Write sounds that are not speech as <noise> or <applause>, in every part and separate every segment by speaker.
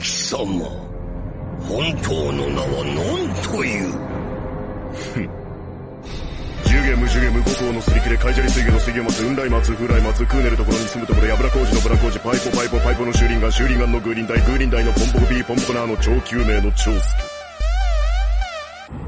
Speaker 1: 様本当の名は何という
Speaker 2: ジュゲムジュゲム五島のすり切れカイジャリ水魚の水魚松雲来松風来松クーネルところに住むところやぶら工事のブラ工事パイポパイポパイポの修林岩修林岩のグーリン大グーリン大のポンポコビーポンポコナーの超救命の超助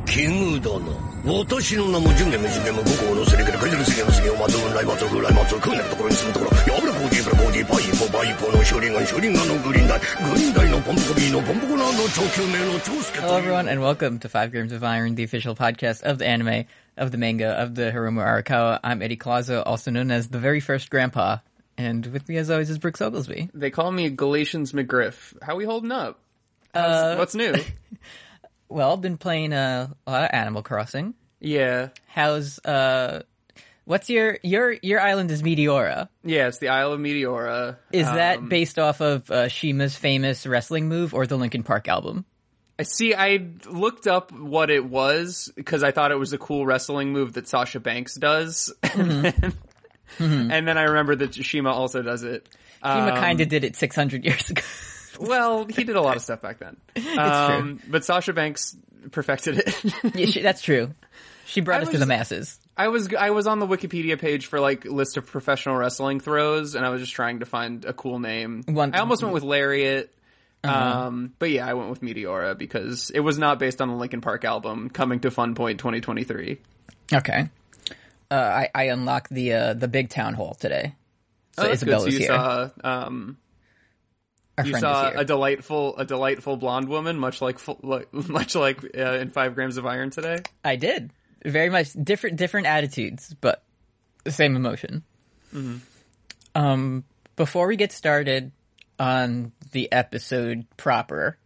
Speaker 1: 奇遇だな私の名もジュンゲムジュンゲム五行のすり切れカイジャリ水魚の水魚松雲来松風来松クーネルところに住むところやぶら工事ブラ工事パイポパイポの修林岩修林岩のグリーン大グリーン大のポンポコビーのポンポコナーの超救命の超助という
Speaker 3: Hello, everyone, and welcome to Five Grams of Iron, the official podcast of the anime, of the manga, of the Hiromu Arakawa. I'm Eddie Colazo, also known as the very first grandpa, and with me, as always, is Brooks Oglesby.
Speaker 4: They call me Galatians McGriff. How we holding up?
Speaker 3: Uh, <laughs>
Speaker 4: What's new?
Speaker 3: well, I've been playing uh, a lot of Animal Crossing.
Speaker 4: yeah,
Speaker 3: How's uh, what's your your your island is Meteora?
Speaker 4: yeah, it's the Isle of Meteora.
Speaker 3: Is
Speaker 4: Um,
Speaker 3: that based off of uh, Shima's famous wrestling move or the Linkin Park album?
Speaker 4: I see. I looked up what it was because I thought it was a cool wrestling move that Sasha Banks does, <laughs>
Speaker 3: Mm-hmm.
Speaker 4: and then I remembered that Shima also does it. Uh,
Speaker 3: Shima
Speaker 4: Um,
Speaker 3: kind of did it 600 years ago. <laughs>
Speaker 4: Well, he did a lot of stuff back then. Um, But Sasha Banks perfected it. <laughs>
Speaker 3: yeah, she, that's true. She brought
Speaker 4: I
Speaker 3: us to
Speaker 4: was-
Speaker 3: the masses.
Speaker 4: I was I was on the Wikipedia page for like list of professional wrestling throws, and I was just trying to find a cool name.
Speaker 3: One- Uh-huh.
Speaker 4: I almost went with lariat, um, but yeah, I went with Meteora because it was not based on the Linkin Park album coming to Fun Point 2023.
Speaker 3: Okay. Uh, I, I unlocked the uh, the big town hall today. So
Speaker 4: Oh, that's good.
Speaker 3: Isabella's
Speaker 4: you
Speaker 3: here.
Speaker 4: saw um,
Speaker 3: Our
Speaker 4: you
Speaker 3: friend
Speaker 4: saw
Speaker 3: is here.
Speaker 4: a delightful a delightful blonde woman, much like fu- like- <laughs> much like uh, in Five Grams of Iron today.
Speaker 3: I did. Very much different different attitudes, but the same emotion.
Speaker 4: Mm-hmm.
Speaker 3: Um, before we get started on the episode proper,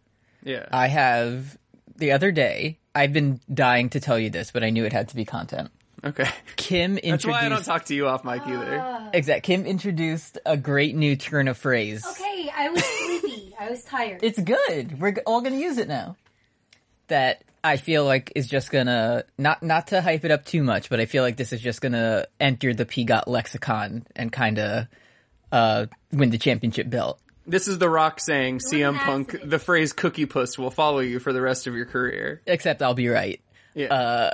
Speaker 4: Yeah,
Speaker 3: I have the other day. I've been dying to tell you this, but I knew it had to be content.
Speaker 4: okay. <laughs>
Speaker 3: Kim
Speaker 4: That's why I don't
Speaker 3: introduced
Speaker 4: talk to you off mic either.
Speaker 3: exact. Kim introduced a great new turn of phrase.
Speaker 5: Okay, I was sleepy. I was tired.
Speaker 3: it's good. We're g- all going to use it now. That I feel like is just gonna not not to hype it up too much, but I feel like this is just gonna enter the PGOT lexicon and kind of uh, win the championship belt.
Speaker 4: This is The Rock saying CM
Speaker 5: an
Speaker 4: Punk,
Speaker 5: accident.
Speaker 4: the phrase cookie puss will follow you for the rest of your career.
Speaker 3: Except I'll be right.
Speaker 4: Yeah.
Speaker 3: Uh,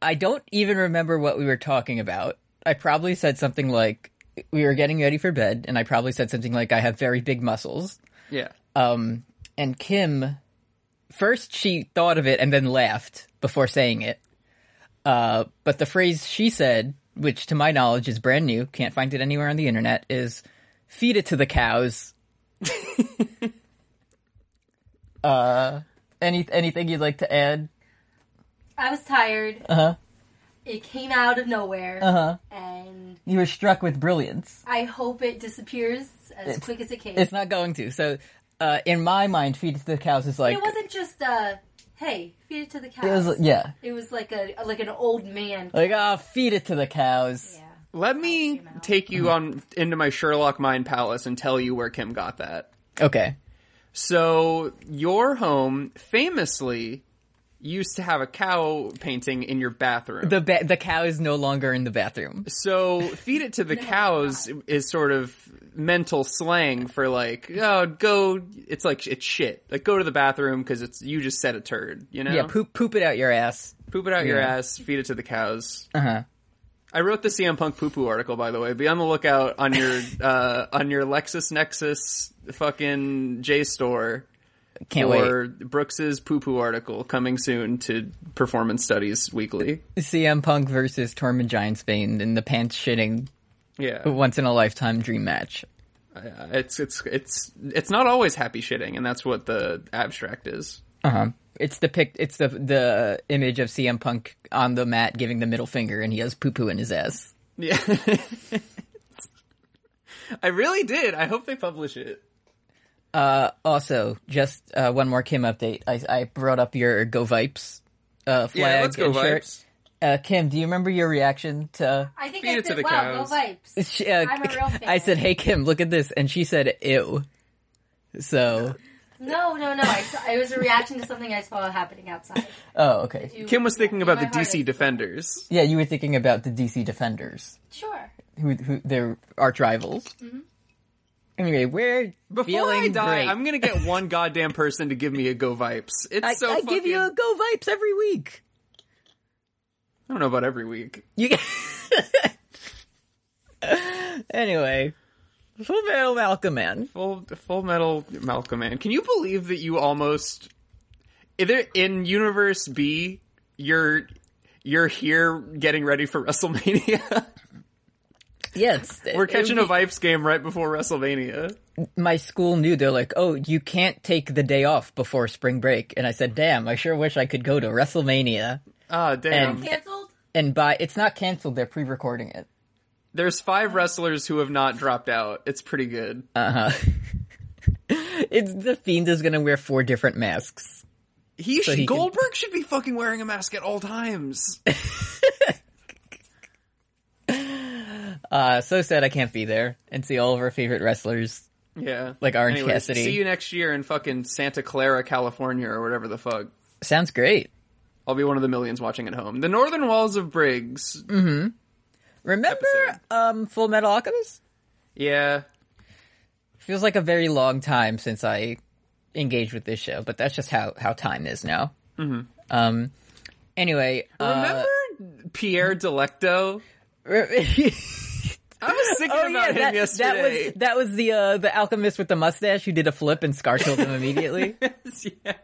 Speaker 3: I don't even remember what we were talking about. I probably said something like we were getting ready for bed, and I probably said something like I have very big muscles.
Speaker 4: yeah.
Speaker 3: Um, and Kim, first she thought of it and then laughed before saying it. Uh, but the phrase she said, which to my knowledge is brand new, can't find it anywhere on the internet, is feed it to the cows. <laughs> uh, any, anything you'd like to add?
Speaker 5: I was tired. Uh
Speaker 3: Uh-huh.
Speaker 5: huh. It came out of nowhere. Uh huh. And
Speaker 3: You were struck with brilliance.
Speaker 5: I hope it disappears as quick as it came.
Speaker 3: It's not going to. So, uh, in my mind, feed it to the cows is like,
Speaker 5: it wasn't just uh, hey, feed it to the
Speaker 3: it
Speaker 5: cows.
Speaker 3: was- yeah.
Speaker 5: It was like a like an old man.
Speaker 3: Like, ah, feed it to the cows.
Speaker 5: yeah.
Speaker 4: Let me
Speaker 5: came out.
Speaker 4: take you on into my Sherlock Mind Palace and tell you where Kim got that.
Speaker 3: Okay.
Speaker 4: So, your home famously used to have a cow painting in your bathroom.
Speaker 3: The, ba- the cow is no longer in the bathroom.
Speaker 4: so, feed it to
Speaker 5: <laughs>
Speaker 4: the cows is sort of mental slang for like, oh, go, it's like, it's shit. Like, go to the bathroom because it's, you just said a turd, you know?
Speaker 3: Yeah, poop poop it out your ass.
Speaker 4: Poop it out your
Speaker 3: Yeah.
Speaker 4: ass, feed it to the cows.
Speaker 3: Uh-huh.
Speaker 4: I wrote the CM Punk poo poo article, by the way. Be on the lookout
Speaker 3: <laughs>
Speaker 4: on your uh, on your LexisNexis fucking JSTOR
Speaker 3: Can't
Speaker 4: or Brooks's poo poo article coming soon to Performance Studies Weekly.
Speaker 3: wait. CM Punk versus Tormund Giantsbane in the pants shitting
Speaker 4: Yeah,
Speaker 3: once in a lifetime dream match.
Speaker 4: it's it's it's it's not always happy shitting, and that's what the abstract is.
Speaker 3: Uh-huh. It's the pic it's the the image of CM Punk on the mat giving the middle finger and he has poo poo in his ass.
Speaker 4: Yeah, <laughs> I really did. I hope they publish it.
Speaker 3: Uh, Also, just uh, one more Kim update. I, I brought up your Go Vipes uh, flag
Speaker 4: Yeah, let's go
Speaker 3: and shirt.
Speaker 4: vibes.
Speaker 3: Uh, Kim, do you remember your reaction to?
Speaker 5: I think
Speaker 4: Feed
Speaker 5: I
Speaker 4: it to
Speaker 5: said,
Speaker 4: the
Speaker 5: "Wow,
Speaker 4: cows.
Speaker 5: go vibes."
Speaker 3: She, uh,
Speaker 5: I'm a real fan.
Speaker 3: <laughs> I said, "Hey Kim, look at this," and she said, "Ew." So,
Speaker 5: No, no, no. I saw, it was a reaction to something I saw happening outside.
Speaker 3: oh okay.
Speaker 5: You-
Speaker 4: Kim was thinking
Speaker 5: in
Speaker 4: about
Speaker 5: my
Speaker 4: the
Speaker 5: heart,
Speaker 4: DC
Speaker 5: I-
Speaker 4: Defenders.
Speaker 3: Yeah, you were thinking about the DC Defenders,
Speaker 5: Sure.
Speaker 3: who, who they're arch rivals. Anyway, we're
Speaker 4: Mm-hmm. Before
Speaker 3: feeling
Speaker 4: I die,
Speaker 3: great.
Speaker 4: I'm gonna get one goddamn person to give me a go vipes. It's
Speaker 3: I,
Speaker 4: so
Speaker 3: I
Speaker 4: fucking.
Speaker 3: give you a go vibes every week.
Speaker 4: I don't know about every week.
Speaker 3: You get. <laughs> anyway, Full Metal Malcolm Man.
Speaker 4: Full Full Metal Malcolm Man. Can you believe that you almost either in Universe B you're you're here getting ready for WrestleMania. <laughs>
Speaker 3: Yeah, it's,
Speaker 4: We're
Speaker 3: it- it
Speaker 4: catching
Speaker 3: would
Speaker 4: a Vipes game right before WrestleMania.
Speaker 3: be- My school knew they're like, oh, you can't take the day off before spring break, and I said, damn, I sure wish I could go to WrestleMania.
Speaker 4: Ah, damn.
Speaker 3: And-
Speaker 5: Cancelled?
Speaker 3: And by it's not canceled; they're pre-recording it. <laughs>
Speaker 4: There's five wrestlers who have not dropped out. It's pretty good.
Speaker 3: Uh, It's the fiend is gonna wear four different masks.
Speaker 4: he, should,
Speaker 3: he can-
Speaker 4: Goldberg should be fucking wearing a mask at all times.
Speaker 3: Uh, so sad I can't be there and see all of our favorite wrestlers.
Speaker 4: yeah,
Speaker 3: Like Orange
Speaker 4: Anyways,
Speaker 3: Cassidy.
Speaker 4: See you next year in fucking Santa Clara, California, or whatever the fuck.
Speaker 3: Sounds great.
Speaker 4: I'll be one of the millions watching at home. The Northern Walls of Briggs.
Speaker 3: Mm. Remember,
Speaker 4: Episode.
Speaker 3: um, Full Metal Alchemist?
Speaker 4: Yeah,
Speaker 3: Feels like a very long time since I engaged with this show, but that's just how how time is now. Mm-hmm. Um. Anyway, uh,
Speaker 4: Remember Pierre Delecto?
Speaker 3: re-
Speaker 4: I was thinking
Speaker 3: <laughs> oh
Speaker 4: about
Speaker 3: yeah, that,
Speaker 4: him
Speaker 3: that
Speaker 4: yesterday.
Speaker 3: was that was the uh, the alchemist with the mustache who did a flip and scar killed him
Speaker 4: <laughs>
Speaker 3: immediately. <laughs>
Speaker 4: yeah.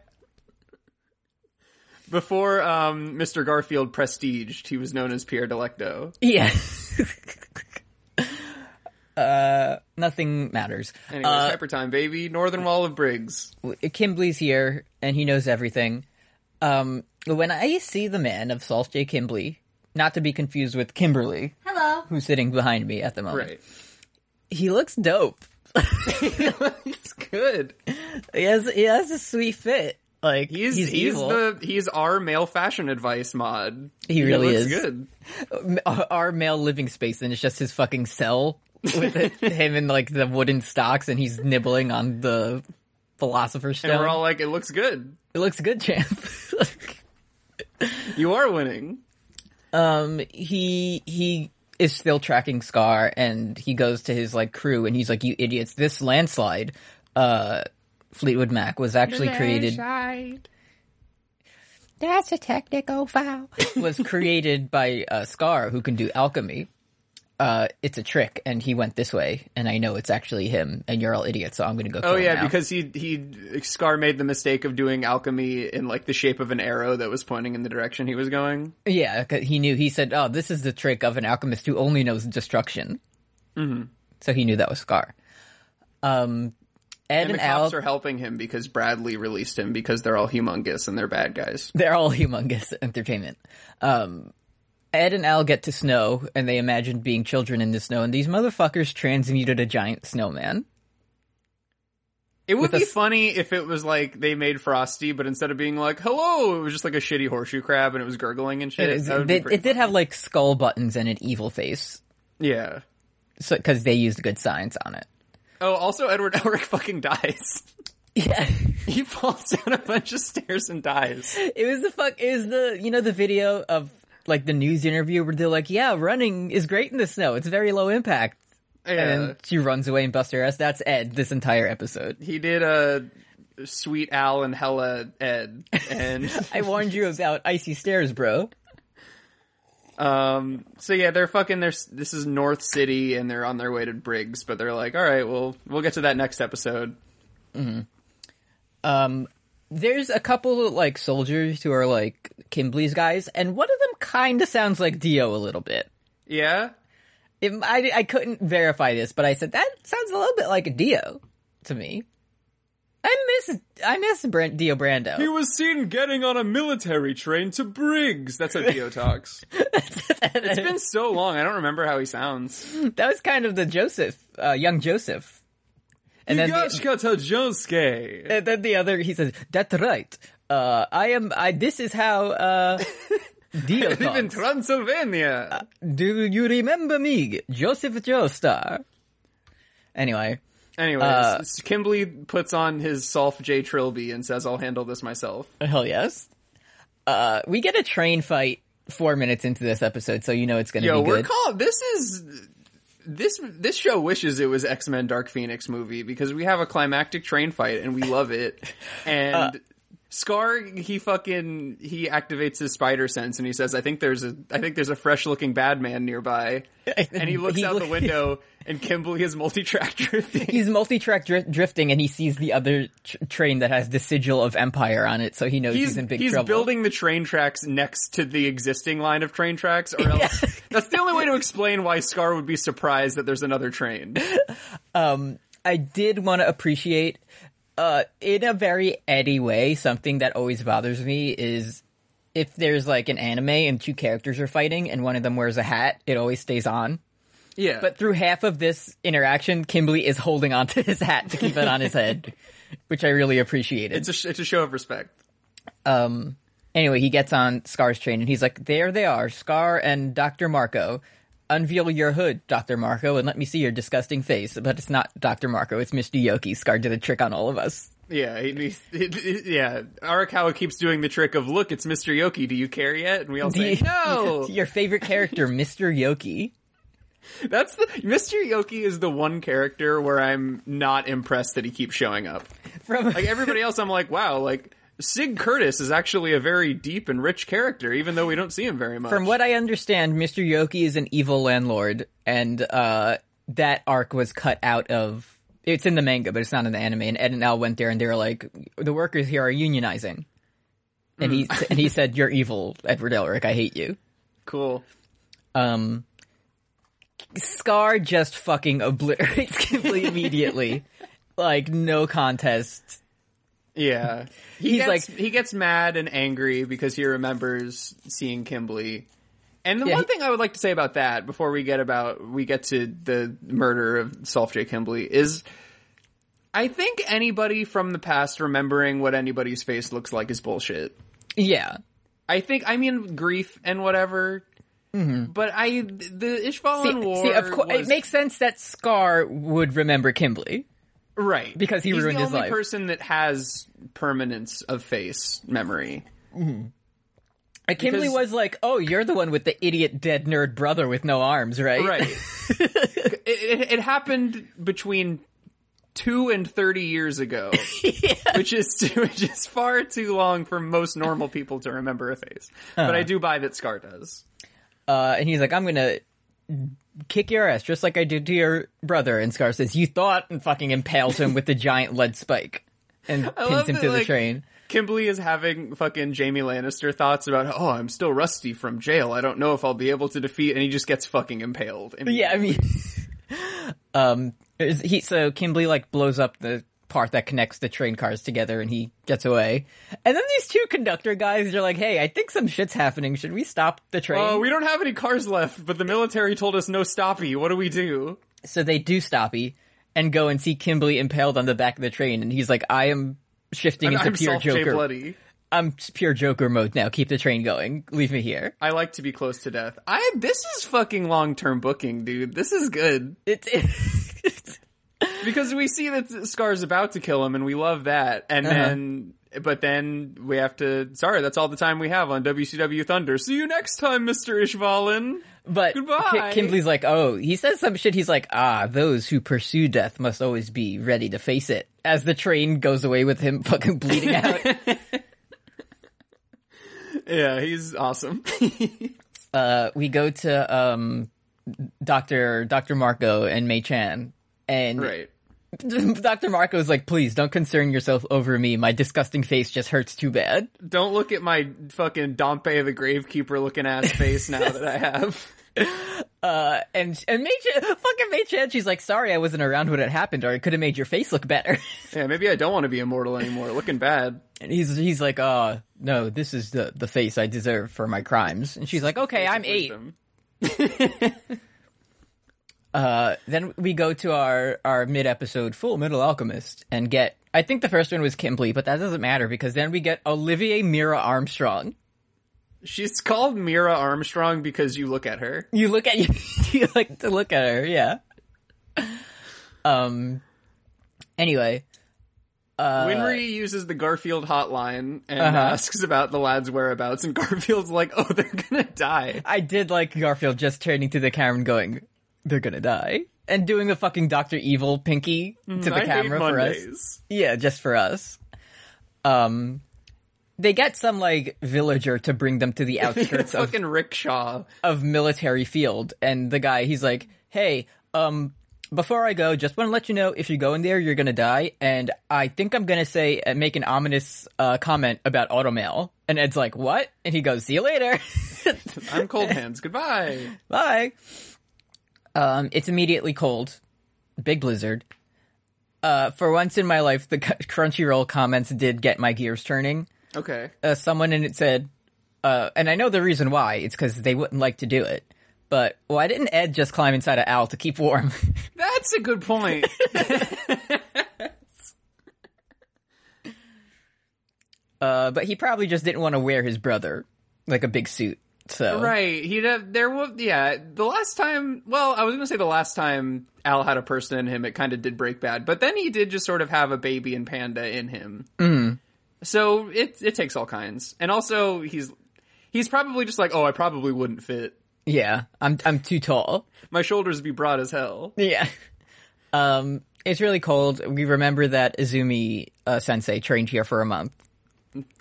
Speaker 4: Before um, Mr. Garfield prestiged, he was known as Pierre Delecto.
Speaker 3: Yeah. <laughs> uh, nothing matters.
Speaker 4: Anyways, hyper time, baby. Northern Wall of Briggs.
Speaker 3: Kimbley's here and he knows everything. Um, when I see the man of Salt J. Kimbley, not to be confused with Kimberly,
Speaker 5: Hello.
Speaker 3: who's sitting behind me at the moment, <laughs>
Speaker 4: Right.
Speaker 3: he looks dope.
Speaker 4: it's good.
Speaker 3: He has he has a sweet fit. Like
Speaker 4: He's
Speaker 3: he's,
Speaker 4: he's,
Speaker 3: evil.
Speaker 4: the he's our male fashion advice mod.
Speaker 3: He really
Speaker 4: looks
Speaker 3: is.
Speaker 4: good.
Speaker 3: Our our male living space, and it's just his fucking cell with
Speaker 4: <laughs>
Speaker 3: it- him in like the wooden stocks, and he's nibbling on the philosopher's
Speaker 4: And we're
Speaker 3: stone.
Speaker 4: all like, it looks good.
Speaker 3: it looks good, champ. <laughs> Like-
Speaker 4: You are winning.
Speaker 3: um he he is still tracking Scar and he goes to his like crew and he's like, You idiots, this landslide, uh Fleetwood Mac was actually created
Speaker 6: That's a technical foul.
Speaker 3: was created by uh, Scar who can do alchemy. Uh it's a trick and he went this way and I know it's actually him and you're all idiots, so I'm gonna go kill
Speaker 4: Oh
Speaker 3: him
Speaker 4: yeah,
Speaker 3: now.
Speaker 4: because he he Scar made the mistake of doing alchemy in like the shape of an arrow that was pointing in the direction he was going.
Speaker 3: Yeah, 'cause he knew he said, Oh, this is the trick of an alchemist who only knows destruction. Mm-hmm. So he knew that was Scar. Um Ed
Speaker 4: And,
Speaker 3: and,
Speaker 4: the
Speaker 3: Al
Speaker 4: cops are helping him because Bradley released him because they're all humongous and they're bad guys.
Speaker 3: they're all <laughs> humongous entertainment. Um, Ed and Al get to snow, and they imagine being children in the snow, and these motherfuckers transmuted a giant snowman.
Speaker 4: It would
Speaker 3: With a
Speaker 4: be
Speaker 3: s-
Speaker 4: funny if it was like they made Frosty, but instead of being like "hello," it was just like a shitty horseshoe crab and it was gurgling and shit.
Speaker 3: It, is-
Speaker 4: That would be
Speaker 3: they-
Speaker 4: pretty
Speaker 3: it did have like skull buttons and an evil face,
Speaker 4: funny. yeah.
Speaker 3: because they used good science on it. <laughs>
Speaker 4: Oh, also Edward Elric <laughs> fucking dies. <laughs>
Speaker 3: Yeah,
Speaker 4: he falls down a bunch of stairs and dies.
Speaker 3: it was the fuck. It was the you know the video of like the news interview where they're like, "Yeah, running is great in the snow. It's very low impact." And
Speaker 4: Yeah.
Speaker 3: then she runs away and busts her ass. That's Ed. This entire episode.
Speaker 4: <laughs> he did a sweet Al and Hella Ed,
Speaker 3: <laughs>
Speaker 4: and
Speaker 3: I warned you about icy stairs, bro.
Speaker 4: um. So yeah, they're fucking. They're this is North City, and they're on their way to Briggs, but they're like, all right, well, we'll get to that next episode.
Speaker 3: there's a couple like soldiers who are like Kimbley's guys, and one of them kind of sounds like Dio a little bit.
Speaker 4: Yeah.
Speaker 3: It, I I couldn't verify this, but I said that sounds a little bit like Dio to me. I miss I miss Brent, Dio Brando.
Speaker 4: was seen getting on a military train to Briggs. That's how
Speaker 3: <laughs>
Speaker 4: Dio talks. it's been so long, I don't remember how he sounds.
Speaker 3: That was kind of the Joseph, uh, young Joseph. And then the,
Speaker 4: Josuke.
Speaker 3: <laughs> and then the other he says, "That's right. Uh, I am. I this is how uh, Dio
Speaker 4: live in
Speaker 3: talks.
Speaker 4: Transylvania.
Speaker 3: Uh, Do you remember me, Joseph Joestar?" Anyway.
Speaker 4: Anyways,
Speaker 3: Uh,
Speaker 4: Kimberly puts on his Solf J Trilby and says, I'll handle this myself.
Speaker 3: Hell yes. Uh, we get a train fight four minutes into this episode, so you know it's going to
Speaker 4: Yo,
Speaker 3: be
Speaker 4: we're
Speaker 3: good.
Speaker 4: call this is this this show wishes it was X Men Dark Phoenix movie because we have a climactic train fight and we
Speaker 3: <laughs>
Speaker 4: love it. And
Speaker 3: Uh,
Speaker 4: Scar, he fucking he activates his spider sense and he says, "I think there's a I think there's a fresh looking bad
Speaker 3: <laughs>
Speaker 4: man nearby." And he looks
Speaker 3: He
Speaker 4: out
Speaker 3: look-
Speaker 4: the
Speaker 3: <laughs>
Speaker 4: window and Kimberly is multi track drifting.
Speaker 3: He's multi-track dri- drifting, and he sees the other tr- train that has the sigil of Empire on it, so he knows he's, in big trouble.
Speaker 4: building the train tracks next to the existing line of
Speaker 3: <laughs>
Speaker 4: train tracks, or else that's the only way to explain why Scar would be surprised that there's
Speaker 3: <laughs>
Speaker 4: another train.
Speaker 3: I did want to appreciate, uh, in a very Eddie way, something that always bothers me is if there's like an anime and two characters are fighting and one of them wears a hat, it always stays on.
Speaker 4: Yeah,
Speaker 3: But through half of this interaction, Kimberly is holding onto his hat to keep it on his head, which I really appreciated.
Speaker 4: it's a sh- it's a show of respect.
Speaker 3: anyway, he gets on Scar's train and he's like, "There they are, Scar and Doctor Marco. Unveil your hood, Doctor Marco, and let me see your disgusting face." But it's not Doctor Marco; it's Mr. Yoki. Scar did a trick on all of us.
Speaker 4: Yeah, he, he, he- he- yeah. Arakawa keeps doing the trick of look, it's Mr. Yoki. Do you care yet? And we all
Speaker 3: <laughs>
Speaker 4: say
Speaker 3: The-
Speaker 4: no.
Speaker 3: your favorite character, Mr. Yoki.
Speaker 4: That's the Mr. Yoki is the one character where I'm not impressed that he keeps showing up.
Speaker 3: From
Speaker 4: Like everybody else, I'm like, wow, like. Sig Curtis is actually a very deep and rich character, even though we don't see him very much.
Speaker 3: from what I understand, Mr. Yoki is an evil landlord, and uh, that arc was cut out of. It's in the manga, but it's not in the anime. And Ed and Al went there, and they were like, "The workers here are unionizing," and he
Speaker 4: Hmm.
Speaker 3: and he said, "You're evil, Edward Elric. I hate you."
Speaker 4: cool.
Speaker 3: um Scar just fucking obliterates <laughs> Ghibli immediately. like no contest.
Speaker 4: <laughs> Yeah, he
Speaker 3: He's
Speaker 4: gets,
Speaker 3: like-
Speaker 4: he gets mad and angry because he remembers seeing Kimberly. And the
Speaker 3: Yeah,
Speaker 4: one
Speaker 3: he-
Speaker 4: thing I would like to say about that before we get about we get to the murder of Solf J Kimberly is, I think anybody from the past remembering what anybody's face looks like is bullshit.
Speaker 3: Yeah.
Speaker 4: I think I mean grief and whatever. But I the Ishvalan
Speaker 3: Mm-hmm. See,
Speaker 4: war
Speaker 3: see, of course
Speaker 4: was-
Speaker 3: it makes sense that Scar would remember Kimberly.
Speaker 4: right
Speaker 3: because he
Speaker 4: He's
Speaker 3: ruined
Speaker 4: the
Speaker 3: his
Speaker 4: only
Speaker 3: life.
Speaker 4: person that has permanence of face memory.
Speaker 3: And Kimberly
Speaker 4: Because-
Speaker 3: was like, "Oh, you're the one with the idiot dead nerd brother with no arms, right?"
Speaker 4: Right. <laughs> it, it, it happened between two and thirty
Speaker 3: <laughs>
Speaker 4: years ago, which is which is far too long for most normal people to remember a face. But I
Speaker 3: Uh-huh.
Speaker 4: do buy that Scar does.
Speaker 3: Uh, and he's like, "I'm gonna kick your ass just like I did to your brother." And Scar says, "You thought," and fucking impales him with the giant lead spike
Speaker 4: <laughs>
Speaker 3: and pins
Speaker 4: love
Speaker 3: him
Speaker 4: that,
Speaker 3: to the
Speaker 4: like,
Speaker 3: train.
Speaker 4: Kimberly is having fucking Jamie Lannister thoughts about, oh, I'm still rusty from jail. I don't know if I'll be able to defeat, and he just gets fucking impaled. And
Speaker 3: Yeah, I mean, <laughs> um, is- he so Kimberly like blows up the part that connects the train cars together, and he gets away. And then these two conductor guys are like, "Hey, I think some shit's happening. Should we stop the train?"
Speaker 4: Oh, we don't have any cars left, but the military told us no stoppy. What do we do?
Speaker 3: so they do stoppy and go and see Kimberly impaled on the back of the train, and he's like, "I am shifting into
Speaker 4: I'm
Speaker 3: pure
Speaker 4: Salt J.
Speaker 3: Joker.
Speaker 4: Bloody.
Speaker 3: I'm pure Joker mode now. Keep the train going. Leave me here."
Speaker 4: I like to be close to death. I this is fucking long term booking, dude. This is good
Speaker 3: It's. <laughs>
Speaker 4: because we see that Scar's about to kill him, and we love that. And
Speaker 3: Uh-huh.
Speaker 4: then, but then we have to. Sorry, that's all the time we have on WCW Thunder. See you next time, Mister Ishvalan.
Speaker 3: But
Speaker 4: Goodbye.
Speaker 3: Ki- Kimberly's like, oh, he says some shit. He's like, ah, those who pursue death must always be ready to face it. As the train goes away with him <laughs> fucking bleeding out.
Speaker 4: Yeah,
Speaker 3: <laughs>
Speaker 4: he's awesome.
Speaker 3: uh, we go to um, Doctor Doctor Marco and Mei Chan, and
Speaker 4: right.
Speaker 3: <laughs> Doctor Marco's like, please don't concern yourself over me. My disgusting face just hurts too bad.
Speaker 4: Don't look at my fucking Dompe the Gravekeeper looking ass face now that I have.
Speaker 3: <laughs> Uh, and and Mei Chan, fucking Mei Chan, she's like, sorry, I wasn't around when it happened, or it could have made your face look better. <laughs>
Speaker 4: Yeah, maybe I don't want to be immortal anymore. Looking bad.
Speaker 3: And he's he's like, uh, no, this is the the face I deserve for my crimes. And she's like, okay, I'm eight.
Speaker 4: Wisdom.
Speaker 3: Uh, then we go to our our mid episode Full Metal Alchemist and get. I think the first one was Kimberly, but that doesn't matter because then we get Olivier Mira Armstrong.
Speaker 4: She's called Mira Armstrong because you look at her.
Speaker 3: You look at <laughs> you, you like to look at her, yeah. Um. Anyway, Uh,
Speaker 4: Winry uses the Garfield hotline and
Speaker 3: Uh-huh.
Speaker 4: asks about the lad's whereabouts, <laughs> and Garfield's like, "Oh, they're gonna die."
Speaker 3: I did like Garfield just turning to the camera and going, they're gonna die. And doing the fucking Doctor Evil pinky to the
Speaker 4: I hate
Speaker 3: camera for us. <laughs>
Speaker 4: Mondays.
Speaker 3: Yeah, just for us. Um, they get some like villager to bring them to the outskirts of,
Speaker 4: fucking rickshaw.
Speaker 3: of military field, and the guy he's like, "Hey, um, before I go, just want to let you know if you go in there, you're gonna die." And I think I'm gonna say uh, make an ominous uh, comment about automail. And Ed's like, "What?" And he goes, "See you later." <laughs>
Speaker 4: I'm cold hands. Goodbye.
Speaker 3: Bye. Um, it's immediately cold. Big blizzard. Uh, for once in my life, the c- Crunchyroll comments did get my gears turning.
Speaker 4: Okay.
Speaker 3: Uh, someone in it said, uh, and I know the reason why. It's because they wouldn't like to do it. But why didn't Ed just climb inside of Al to keep warm? <laughs>
Speaker 4: That's a good point.
Speaker 3: uh, but he probably just didn't want to wear his brother like a big suit. So
Speaker 4: right. He'd have, there was, yeah, the last time, well, I was going to say the last time Al had a person in him, it kind of did break bad, but then he did just sort of have a baby and panda in him.
Speaker 3: Mm-hmm.
Speaker 4: So it, it takes all kinds. And also he's, he's probably just like, oh, I probably wouldn't fit.
Speaker 3: yeah, I'm I'm too tall. <laughs>
Speaker 4: My shoulders be broad as hell.
Speaker 3: Yeah. Um, it's really cold. We remember that Izumi uh, sensei trained here for a month,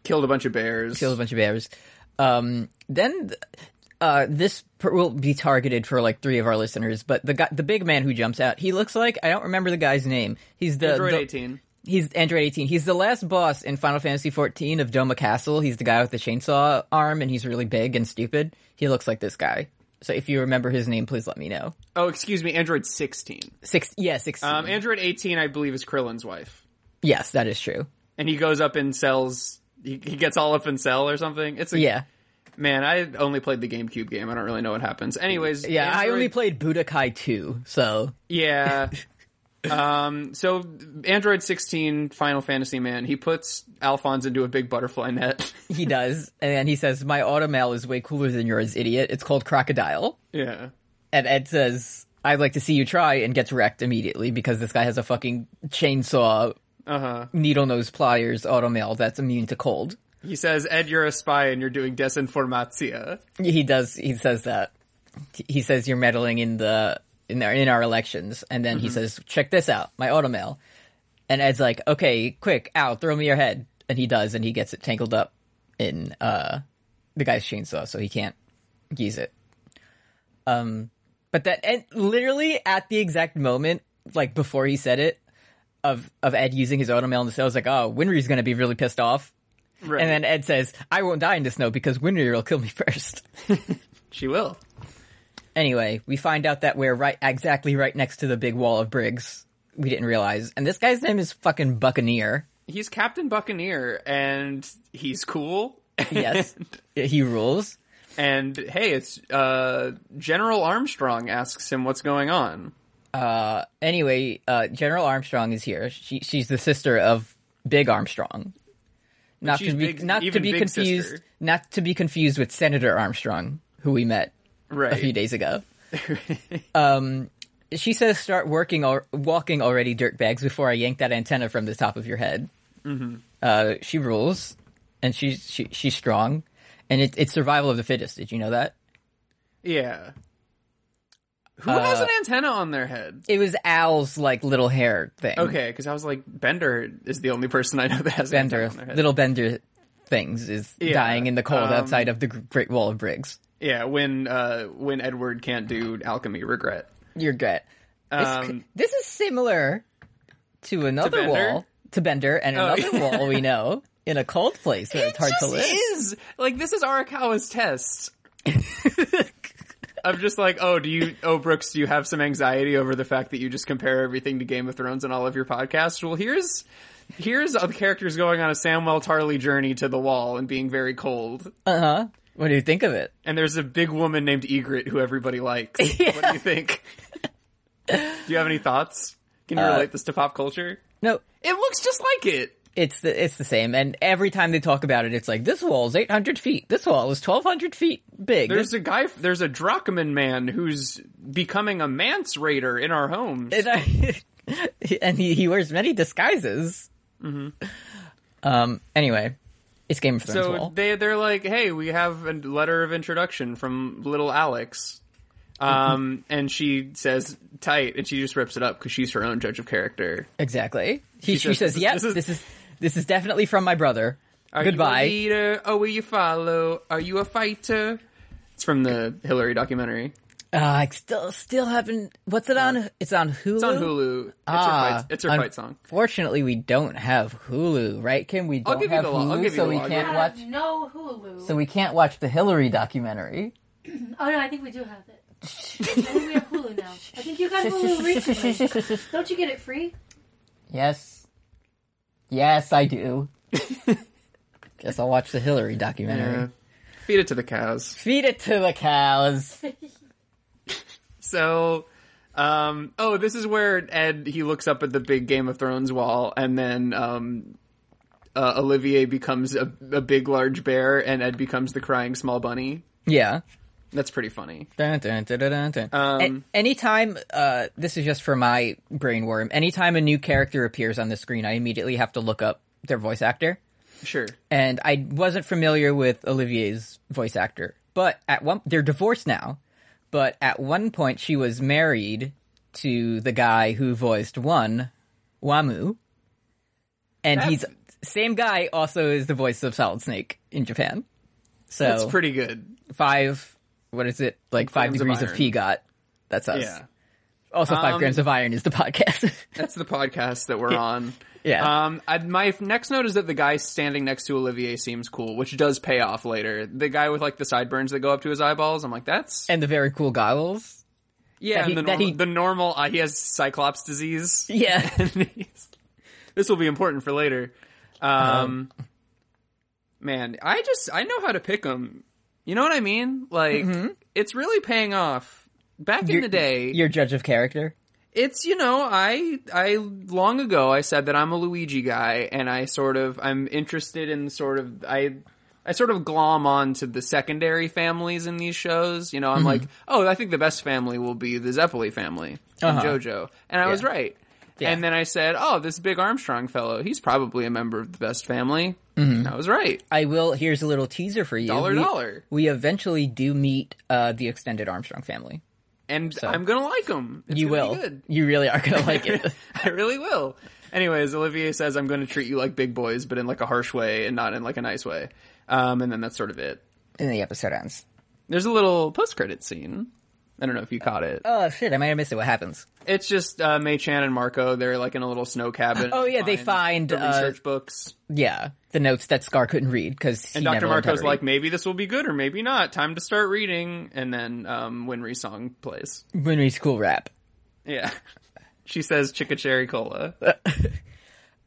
Speaker 4: Killed a bunch of bears.
Speaker 3: killed a bunch of bears. Um, then uh, this per- will be targeted for like three of our listeners, but the guy, the big man who jumps out, he looks like I don't remember the guy's name. He's the
Speaker 4: Android
Speaker 3: the-
Speaker 4: 18.
Speaker 3: He's Android 18. He's the last boss in Final Fantasy 14 of Doma Castle. He's the guy with the chainsaw arm, and he's really big and stupid. He looks like this guy. So if you remember his name, please let me know.
Speaker 4: Oh, excuse me, Android 16.
Speaker 3: Six, yeah, six.
Speaker 4: Um, Android 18, I believe, is Krillin's wife.
Speaker 3: yes, that is true.
Speaker 4: And he goes up and sells, he, he gets all up and sell or something. It's a,
Speaker 3: Yeah.
Speaker 4: Man, I only played the GameCube game. I don't really know what happens. Anyways,
Speaker 3: Yeah, I
Speaker 4: Android-
Speaker 3: only played Budokai 2, so <laughs>
Speaker 4: Yeah. um. So, Android 16, Final Fantasy man, he puts Alphonse into a big butterfly net. <laughs>
Speaker 3: he does. and then he says, My automail is way cooler than yours, idiot. It's called Crocodile.
Speaker 4: yeah.
Speaker 3: And Ed says, I'd like to see you try, and gets wrecked immediately because this guy has a fucking chainsaw,
Speaker 4: Uh huh.
Speaker 3: needle nose pliers automail that's immune to cold.
Speaker 4: He says, "Ed, you're a spy, and you're doing desinformatia."
Speaker 3: He does, he says that. He says, You're meddling in the. In our, in our elections, and then he says, "Check this out, my automail." And Ed's like, "Okay, quick, out, throw me your head." And he does, and he gets it tangled up in uh, the guy's chainsaw, so he can't use it. Um, but that and literally at the exact moment, like before he said it, of of Ed using his automail in the snow, I was like, "Oh, Winry's gonna be really pissed off."
Speaker 4: Right.
Speaker 3: And then Ed says, "I won't die in the snow because Winry will kill me <laughs> first.
Speaker 4: she will.
Speaker 3: Anyway, we find out that we're right exactly right next to the big wall of Briggs. We didn't realize, and this guy's name is fucking Buccaneer.
Speaker 4: He's Captain Buccaneer, and he's cool. <laughs>
Speaker 3: Yes, he rules.
Speaker 4: And hey, it's uh, General Armstrong asks him what's going on.
Speaker 3: anyway, uh, General Armstrong is here. She, she's the sister of Big Armstrong. Not
Speaker 4: she's
Speaker 3: to be
Speaker 4: Big's-
Speaker 3: not to
Speaker 4: even
Speaker 3: be
Speaker 4: Big's
Speaker 3: confused
Speaker 4: sister.
Speaker 3: not to be confused with Senator Armstrong, who we met
Speaker 4: Right.
Speaker 3: a few days
Speaker 4: <laughs>
Speaker 3: ago. um, she says, "Start working or walking already, dirtbags." Before I yank that antenna from the top of your head.
Speaker 4: Mm-hmm.
Speaker 3: Uh, she rules, and she's she, she's strong, and it, it's survival of the fittest. Did you know that?
Speaker 4: Yeah. Who
Speaker 3: Uh,
Speaker 4: has an antenna on their head?
Speaker 3: It was Al's like little hair thing.
Speaker 4: Okay, because I was like, Bender is the only person I know that has an antenna
Speaker 3: Bender,
Speaker 4: on their head.
Speaker 3: little Bender things is
Speaker 4: Yeah,
Speaker 3: dying in the cold
Speaker 4: um,
Speaker 3: outside of the Gr- Great Wall of Briggs.
Speaker 4: yeah, when uh, when Edward can't do alchemy, regret.
Speaker 3: You're good. This,
Speaker 4: Um,
Speaker 3: this is similar to another
Speaker 4: Bender? Oh.
Speaker 3: wall to Bender and another wall we
Speaker 4: <laughs>
Speaker 3: know in a cold place where it's hard to
Speaker 4: This
Speaker 3: live.
Speaker 4: is like this is Arakawa's test. <laughs> I'm just like, oh, do you, oh, Brooks, do you have some anxiety over the fact that you just compare everything to Game of Thrones and all of your podcasts? Well, here's here's the characters going on a Samwell Tarly journey to the Wall and being very cold.
Speaker 3: What do you think of it?
Speaker 4: And there's a big woman named Egret who everybody likes. <laughs> What do you think? do you have any thoughts? Can you relate this to pop culture?
Speaker 3: No,
Speaker 4: It looks just like it.
Speaker 3: it's the it's the same. And every time they talk about it, it's like this wall is 800 feet. This wall is 1,200 feet big.
Speaker 4: There's
Speaker 3: This-
Speaker 4: a guy. There's a Drachman man who's becoming a manse raider in our home.
Speaker 3: and, I- <laughs> and he, he wears many disguises. Um. Anyway, it's Game of Thrones
Speaker 4: Mm-hmm. So
Speaker 3: wall.
Speaker 4: they they're like, hey, we have a letter of introduction from little Alex. Um,
Speaker 3: Mm-hmm.
Speaker 4: and she says tight, and she just rips it up because she's her own judge of character.
Speaker 3: Exactly. He,
Speaker 4: She
Speaker 3: she says,
Speaker 4: says, "This is-
Speaker 3: "Yep,
Speaker 4: this is-
Speaker 3: this is this is definitely from my brother."
Speaker 4: Are
Speaker 3: Goodbye.
Speaker 4: You a leader? Oh, will you follow? Are you a fighter? It's from the Hillary documentary.
Speaker 3: Uh, I still still haven't. What's it on? It's on Hulu.
Speaker 4: Uh, It's on Hulu. It's her
Speaker 3: Ah,
Speaker 4: fight, it's her
Speaker 3: un-
Speaker 4: fight song.
Speaker 3: Fortunately, we don't have Hulu, right, Kim? We don't
Speaker 4: give you
Speaker 3: have
Speaker 4: the
Speaker 3: Hulu,
Speaker 4: log. I'll give you
Speaker 3: so
Speaker 4: the
Speaker 3: we
Speaker 4: log.
Speaker 5: I
Speaker 3: can't
Speaker 5: have
Speaker 3: watch.
Speaker 5: no Hulu.
Speaker 3: So we can't watch the Hillary documentary.
Speaker 5: oh no, I think we do have it. I think we have Hulu now. I think you got Hulu recently. Don't you get it free?
Speaker 3: yes, yes, I do. <laughs> Guess I'll watch the Hillary documentary.
Speaker 4: Yeah. Feed it to the cows.
Speaker 3: Feed it to the cows.
Speaker 4: So, um, oh, this is where Ed he looks up at the big Game of Thrones wall, and then um, uh, Olivier becomes a, a big, large bear, and Ed becomes the crying small bunny.
Speaker 3: Yeah.
Speaker 4: That's pretty funny.
Speaker 3: Dun, dun, dun, dun, dun, dun.
Speaker 4: Um,
Speaker 3: A- anytime, uh, this is just for my brain worm. Anytime a new character appears on the screen, I immediately have to look up their voice actor.
Speaker 4: Sure.
Speaker 3: And I wasn't familiar with Olivier's voice actor, but at one, they're divorced now. But at one point, she was married to the guy who voiced one, Wamu, and
Speaker 4: That-
Speaker 3: he's same guy. Also, is the voice of Solid Snake in Japan. So
Speaker 4: That's pretty good.
Speaker 3: five what is it like five
Speaker 4: Grams of
Speaker 3: degrees of,
Speaker 4: iron.
Speaker 3: P got that's us
Speaker 4: Yeah.
Speaker 3: also five
Speaker 4: Um,
Speaker 3: grams of iron is the podcast <laughs>
Speaker 4: That's the podcast that we're on.
Speaker 3: yeah
Speaker 4: Um, I, my next note is that the guy standing next to Olivier seems cool, which does pay off later. The guy with like the sideburns that go up to his eyeballs, I'm like, that's
Speaker 3: and the very cool goggles
Speaker 4: yeah.
Speaker 3: that he-
Speaker 4: and the,
Speaker 3: that
Speaker 4: normal,
Speaker 3: he-
Speaker 4: the normal, uh, he has Cyclops disease. <laughs>
Speaker 3: yeah
Speaker 4: this will be important for later. Um, man, I just I know how to pick them. You know what I mean? Like it's really paying off. Back in the day,
Speaker 3: your judge of character
Speaker 4: it's you know i i long ago i said that i'm a luigi guy and i sort of i'm interested in sort of i i sort of glom on to the secondary families in these shows you know i'm
Speaker 3: Mm-hmm.
Speaker 4: like oh i think the best family will be the zeppeli family and
Speaker 3: Uh-huh.
Speaker 4: jojo and i was right
Speaker 3: Yeah.
Speaker 4: and then i said oh this big armstrong fellow he's probably a member of the best family
Speaker 3: Mm-hmm.
Speaker 4: And i was right
Speaker 3: i will here's a little teaser for you
Speaker 4: Dollar,
Speaker 3: we,
Speaker 4: dollar.
Speaker 3: we eventually do meet uh the extended armstrong family
Speaker 4: and i'm gonna like him it's
Speaker 3: you
Speaker 4: gonna be
Speaker 3: will
Speaker 4: good.
Speaker 3: you really are gonna like
Speaker 4: <laughs>
Speaker 3: it
Speaker 4: I really will. Anyways, Olivier says I'm going to treat you like big boys, but in like a harsh way and not in like a nice way. Um, and then that's sort of it.
Speaker 3: and the episode ends
Speaker 4: There's a little post credit scene. I don't know if you caught it.
Speaker 3: oh shit i might have missed it what happens
Speaker 4: It's just uh, Mei Chan and Marco. They're like in a little snow cabin.
Speaker 3: Oh, yeah, they find,
Speaker 4: the
Speaker 3: uh,
Speaker 4: research books.
Speaker 3: yeah the notes that scar couldn't read because
Speaker 4: And Dr. Marco's like, maybe this will be good or maybe not. Time to start reading. And then um, Winry's song
Speaker 3: <laughs>
Speaker 4: plays.
Speaker 3: winry's cool rap
Speaker 4: Yeah. She says Chicka Cherry Cola.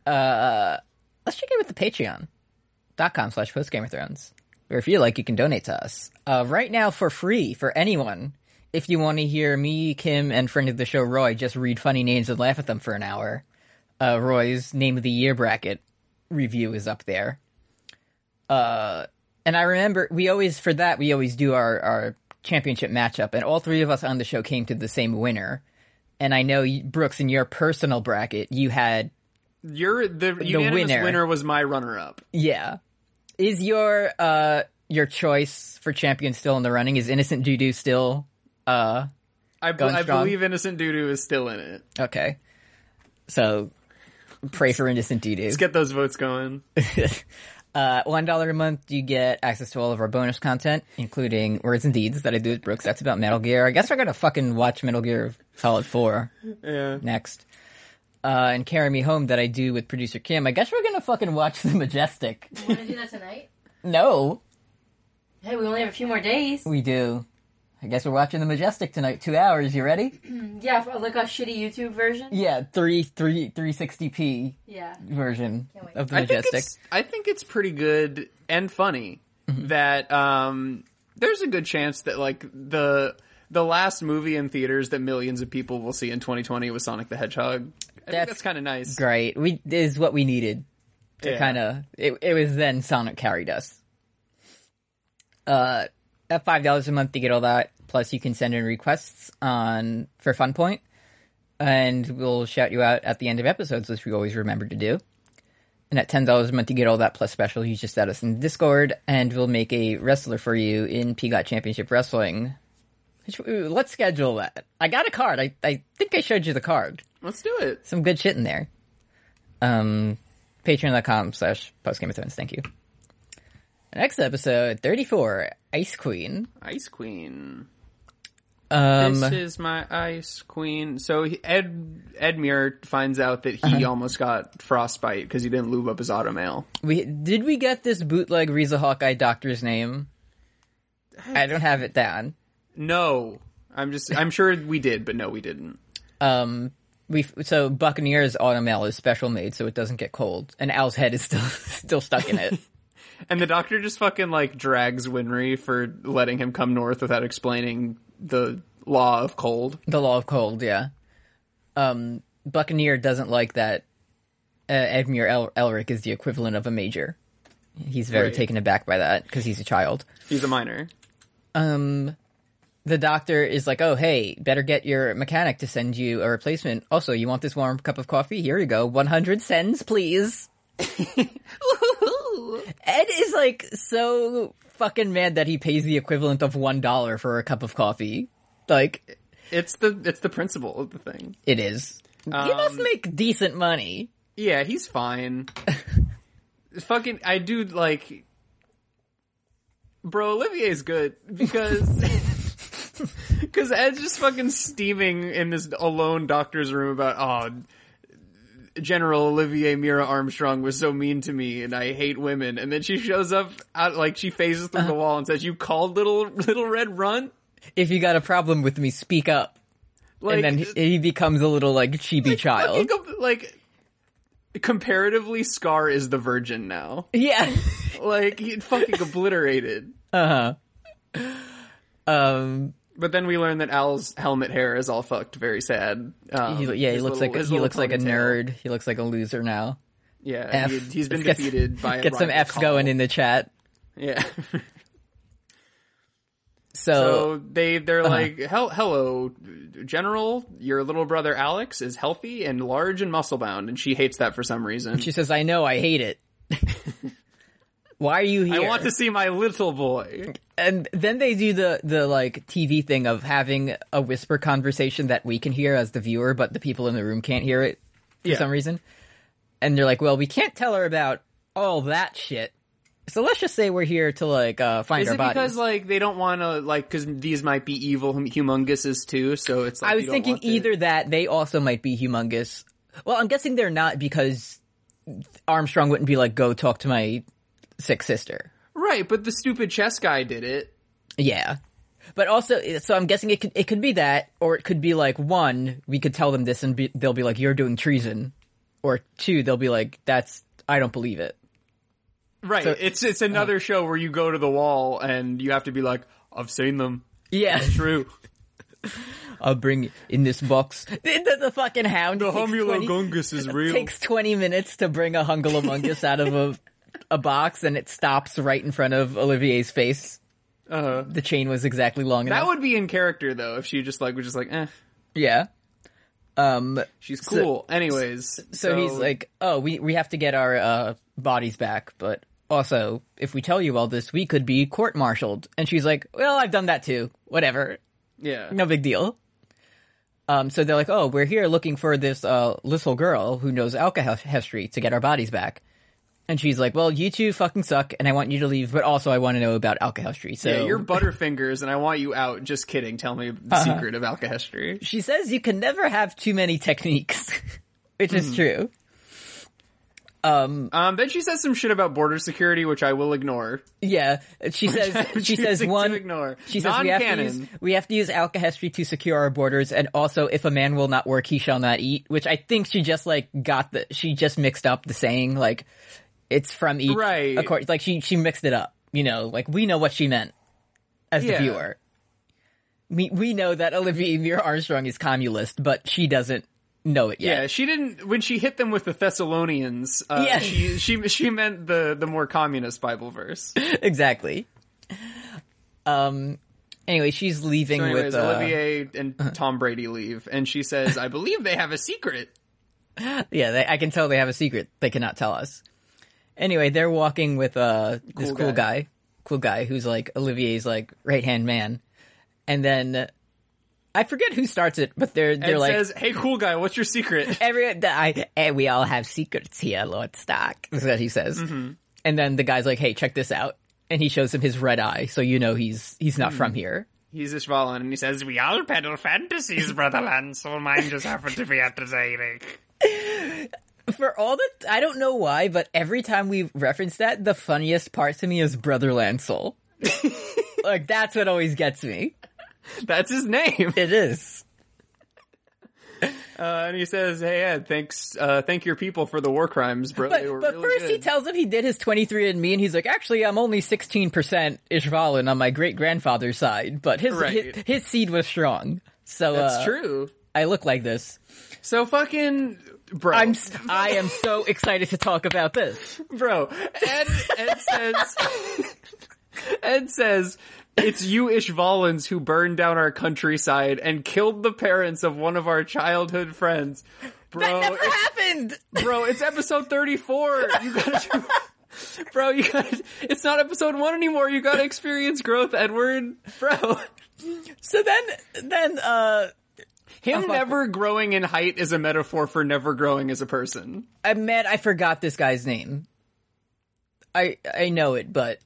Speaker 3: let's check in with the patreon.com slash postgamerthrones or if you like you can donate to us uh, right now for free for anyone if you want to hear me kim and friend of the show roy just read funny names and laugh at them for an hour uh, roy's name of the year bracket review is up there uh, and i remember we always for that we always do our, our championship matchup and all three of us on the show came to the same winner and i know you- brooks in your personal bracket you had
Speaker 4: You're the, unanimous
Speaker 3: winner.
Speaker 4: winner was my runner up.
Speaker 3: Yeah. Is your uh your choice for champion still in the running? Is Innocent Juju still uh
Speaker 4: I, b- I
Speaker 3: strong.
Speaker 4: believe Innocent Doodoo is still in it.
Speaker 3: okay. So pray for Innocent Juju.
Speaker 4: Let's get those votes going.
Speaker 3: uh one dollar a month you get access to all of our bonus content, including words and deeds that I do with Brooks. That's about Metal Gear. I guess we're gonna fucking watch Metal Gear Solid Four
Speaker 4: Yeah.
Speaker 3: next. Uh, and carry me home that I do with producer Kim. I guess we're gonna fucking watch the Majestic.
Speaker 5: You want to do that tonight?
Speaker 3: No,
Speaker 5: Hey, we only have a few more days.
Speaker 3: we do. I guess we're watching the Majestic tonight. Two hours. You ready?
Speaker 5: Yeah, for, like a shitty YouTube version.
Speaker 3: Yeah, three three three sixty p
Speaker 5: Yeah.
Speaker 3: version
Speaker 5: Can't wait.
Speaker 3: of the
Speaker 4: I think,
Speaker 3: majestic.
Speaker 4: it's, I think it's pretty good and funny
Speaker 3: Mm-hmm.
Speaker 4: that um, there's a good chance that like the the last movie in theaters that millions of people will see in 2020 was Sonic the Hedgehog. I think
Speaker 3: That's
Speaker 4: that's kind of nice.
Speaker 3: Great, we is what we needed to
Speaker 4: Yeah.
Speaker 3: kind of. It, it was then Sonic carried us. Uh, at five dollars a month to get all that. Plus, you can send in requests on for Fun Point, and we'll shout you out at the end of episodes, which we always remember to do. And at ten dollars a month to get all that plus special, you just add us in Discord, and we'll make a wrestler for you in PGOT Championship Wrestling Which- ooh, Let's schedule that. I got a card. I, I think I showed you the card.
Speaker 4: Let's do it.
Speaker 3: Some good shit in there. Um, patreon.com slash postgame of thrones. Thank you. Next episode, 34, Ice Queen.
Speaker 4: Ice Queen.
Speaker 3: Um,
Speaker 4: this is my Ice Queen. So he, Ed Edmure finds out that he
Speaker 3: Uh-huh.
Speaker 4: almost got frostbite because he didn't lube up his auto mail.
Speaker 3: we, did we get this bootleg Reza Hawkeye doctor's name? I don't have it down.
Speaker 4: No, I'm just. I'm sure we did, but no, we didn't.
Speaker 3: um we so Buccaneer's automail is special made so it doesn't get cold, and Al's head is still <laughs> still stuck in it.
Speaker 4: And the doctor just fucking like drags Winry for letting him come north without explaining the law of cold.
Speaker 3: the law of cold, yeah. Um, Buccaneer doesn't like that. Uh, Edmure El- Elric is the equivalent of a major. He's very
Speaker 4: Right.
Speaker 3: taken aback by that because he's a child.
Speaker 4: He's a minor.
Speaker 3: Um, the doctor is like, "Oh, hey, better get your mechanic to send you a replacement." Also, you want this warm cup of coffee? Here you go, one hundred cents, please. Ed is like so fucking mad that he pays the equivalent of one dollar for a cup of coffee. Like
Speaker 4: It's the it's the principle of the thing. Um,
Speaker 3: it is. he must make decent money.
Speaker 4: Yeah,
Speaker 3: <laughs>
Speaker 4: he's fine. Fucking, I do like, bro. Olivier's good because <laughs> because Ed's just fucking steaming in this alone doctor's room about oh. General Olivier Mira Armstrong was so mean to me, and I hate women. And then she shows up out like she phases through the
Speaker 3: Uh-huh.
Speaker 4: wall and says, "You called little little red runt."
Speaker 3: If you got a problem with me, speak up.
Speaker 4: Like, uh,
Speaker 3: and then he, he becomes a little like chibi
Speaker 4: fucking
Speaker 3: child.
Speaker 4: com- like comparatively, Scar is the virgin now.
Speaker 3: <laughs> Yeah.
Speaker 4: like he fucking obliterated.
Speaker 3: Um.
Speaker 4: But then we learn that Al's helmet hair is all fucked, very sad. Um,
Speaker 3: He, yeah, he
Speaker 4: his
Speaker 3: looks
Speaker 4: little-
Speaker 3: like
Speaker 4: his
Speaker 3: he
Speaker 4: little
Speaker 3: looks like a
Speaker 4: ponytail.
Speaker 3: nerd. He looks like a loser now.
Speaker 4: Yeah,
Speaker 3: F.
Speaker 4: He, has been
Speaker 3: Let's get-
Speaker 4: defeated by a
Speaker 3: Get some
Speaker 4: rival
Speaker 3: Fs
Speaker 4: call.
Speaker 3: going in the chat. <laughs>
Speaker 4: Yeah,
Speaker 3: So, Uh-huh.
Speaker 4: so they they're like, Hel- "Hello, General, your little brother Alex is healthy and large and muscle bound, and she hates that for some reason.
Speaker 3: she says, "I know, I hate
Speaker 4: <laughs>
Speaker 3: it. Why are you
Speaker 4: I
Speaker 3: here?"
Speaker 4: want to see my little boy."
Speaker 3: and then they do the the like TV thing of having a whisper conversation that we can hear as the viewer, but the people in the room can't hear it for
Speaker 4: Yeah.
Speaker 3: some reason. And they're like, "Well, we can't tell her about all that shit." So let's just say we're here to like uh, find
Speaker 4: Is
Speaker 3: our
Speaker 4: it
Speaker 3: bodies.
Speaker 4: because like they don't want to like because these might be evil hum- humongouses too? So it's like
Speaker 3: I
Speaker 4: you
Speaker 3: was
Speaker 4: don't
Speaker 3: thinking
Speaker 4: want to-
Speaker 3: either that they also might be humongous. Well, I'm guessing they're not because Armstrong wouldn't be like, "Go talk to my sick sister."
Speaker 4: right, but the stupid chess guy did it.
Speaker 3: Yeah, but also, so I'm guessing it could it could be that, or it could be like one, we could tell them this, and be, they'll be like, "You're doing treason," or two, they'll be like, "That's I don't believe it."
Speaker 4: Right. it's it's
Speaker 3: uh,
Speaker 4: another show where you go to the wall and you have to be like, I've seen them.
Speaker 3: Yeah,
Speaker 4: True.
Speaker 3: <laughs> I'll bring in this <laughs> box. The, the, the fucking hound. The <laughs>
Speaker 4: Homulogungus is real.
Speaker 3: takes 20 minutes to bring a Hungalomungus out of a, a box and it stops right in front of Olivier's face.
Speaker 4: Uh-huh.
Speaker 3: The chain was exactly long
Speaker 4: That
Speaker 3: enough.
Speaker 4: would be in character though, if she just like was just like, eh,
Speaker 3: yeah. Um,
Speaker 4: she's cool. Anyways.
Speaker 3: so, he's like, oh, we, we have to get our uh, bodies back, but also, if we tell you all this, we could be court martialed. And she's like, well, I've done that too. Whatever.
Speaker 4: Yeah.
Speaker 3: No big deal. Um, so they're like, oh, we're here looking for this uh, little girl who knows alchemy to get our bodies back. And she's like, well, you two fucking suck, and I want you to leave, but also I want to know about alchemy. So
Speaker 4: Yeah, you're butterfingers and I want you out. Just kidding. Tell me
Speaker 3: Uh-huh.
Speaker 4: the secret of alkahestry.
Speaker 3: she says you can never have too many techniques, <laughs> which is true.
Speaker 4: Um then she says some shit about border security, which I will ignore.
Speaker 3: Yeah, she says
Speaker 4: I'm
Speaker 3: she says
Speaker 4: choosing to
Speaker 3: one.
Speaker 4: ignore.
Speaker 3: She says we have, to
Speaker 4: Non-canon.
Speaker 3: use, we have to use alchemy to secure our borders, and also if a man will not work, he shall not eat. Which I think she just like got the she just mixed up the saying like it's from each
Speaker 4: Right.
Speaker 3: accor- like she she mixed it up. You know, like we know what she meant as
Speaker 4: Yeah.
Speaker 3: the viewer. We we know that Olivia Muir Armstrong is communist, but she doesn't know it
Speaker 4: Yeah,
Speaker 3: yet.
Speaker 4: she didn't. When she hit them with the Thessalonians, uh,
Speaker 3: Yeah.
Speaker 4: she she she meant the the more communist Bible verse.
Speaker 3: <laughs> exactly. Um. Anyway, she's leaving
Speaker 4: So anyways,
Speaker 3: with uh,
Speaker 4: Olivier and
Speaker 3: <laughs>
Speaker 4: Tom Brady leave, and she says, "I believe they have a secret."
Speaker 3: Yeah, they, I can tell they have a secret they cannot tell us. Anyway, they're walking with uh this
Speaker 4: Cool
Speaker 3: cool guy.
Speaker 4: guy.
Speaker 3: cool guy who's like Olivier's like right hand man, and then uh, I forget who starts it, but they're they're
Speaker 4: Ed
Speaker 3: like
Speaker 4: says, "Hey, cool guy, what's your secret?" <laughs>
Speaker 3: every the- I eh, we all have secrets here, Lord Stark. Is what he says. And then the guy's like, "Hey, check this out," and he shows him his red eye, so you know he's he's not from here.
Speaker 4: He's Ishvalan, and he says, "We all peddle fantasies, brother Lance. All mine just happened to be at the Zaynik."
Speaker 3: For all the I don't know why, but every time we reference that, the funniest part to me is Brother
Speaker 4: <laughs>
Speaker 3: Lancel. like that's what always gets me.
Speaker 4: <laughs> That's his name. <laughs>
Speaker 3: It is.
Speaker 4: Uh, and he says, "Hey Ed, thanks. Uh, thank your people for the war crimes, bro.
Speaker 3: But,
Speaker 4: they were
Speaker 3: but
Speaker 4: really
Speaker 3: first he
Speaker 4: good."
Speaker 3: tells him he did his 23andMe, and he's like, actually, I'm only 16% Ishvalan on my great grandfather's side, but his,
Speaker 4: Right.
Speaker 3: his his seed was strong. So
Speaker 4: That's
Speaker 3: uh,
Speaker 4: true.
Speaker 3: I look like this.
Speaker 4: So fucking bro.
Speaker 3: I'm s- I am so excited to talk about this.
Speaker 4: bro. Ed, Ed says, Ed says, it's you Ishvalans who burned down our countryside and killed the parents of one of our childhood friends. Bro,
Speaker 3: Never
Speaker 4: Oh, it's,
Speaker 3: happened.
Speaker 4: bro, it's episode 34. You gotta, <laughs> bro, you gotta, it's not episode one anymore. You gotta experience growth, Edward. Bro,
Speaker 3: So then then uh
Speaker 4: him never growing in height is a metaphor for never growing as a person.
Speaker 3: I'm mad I forgot this guy's name. I I know it, but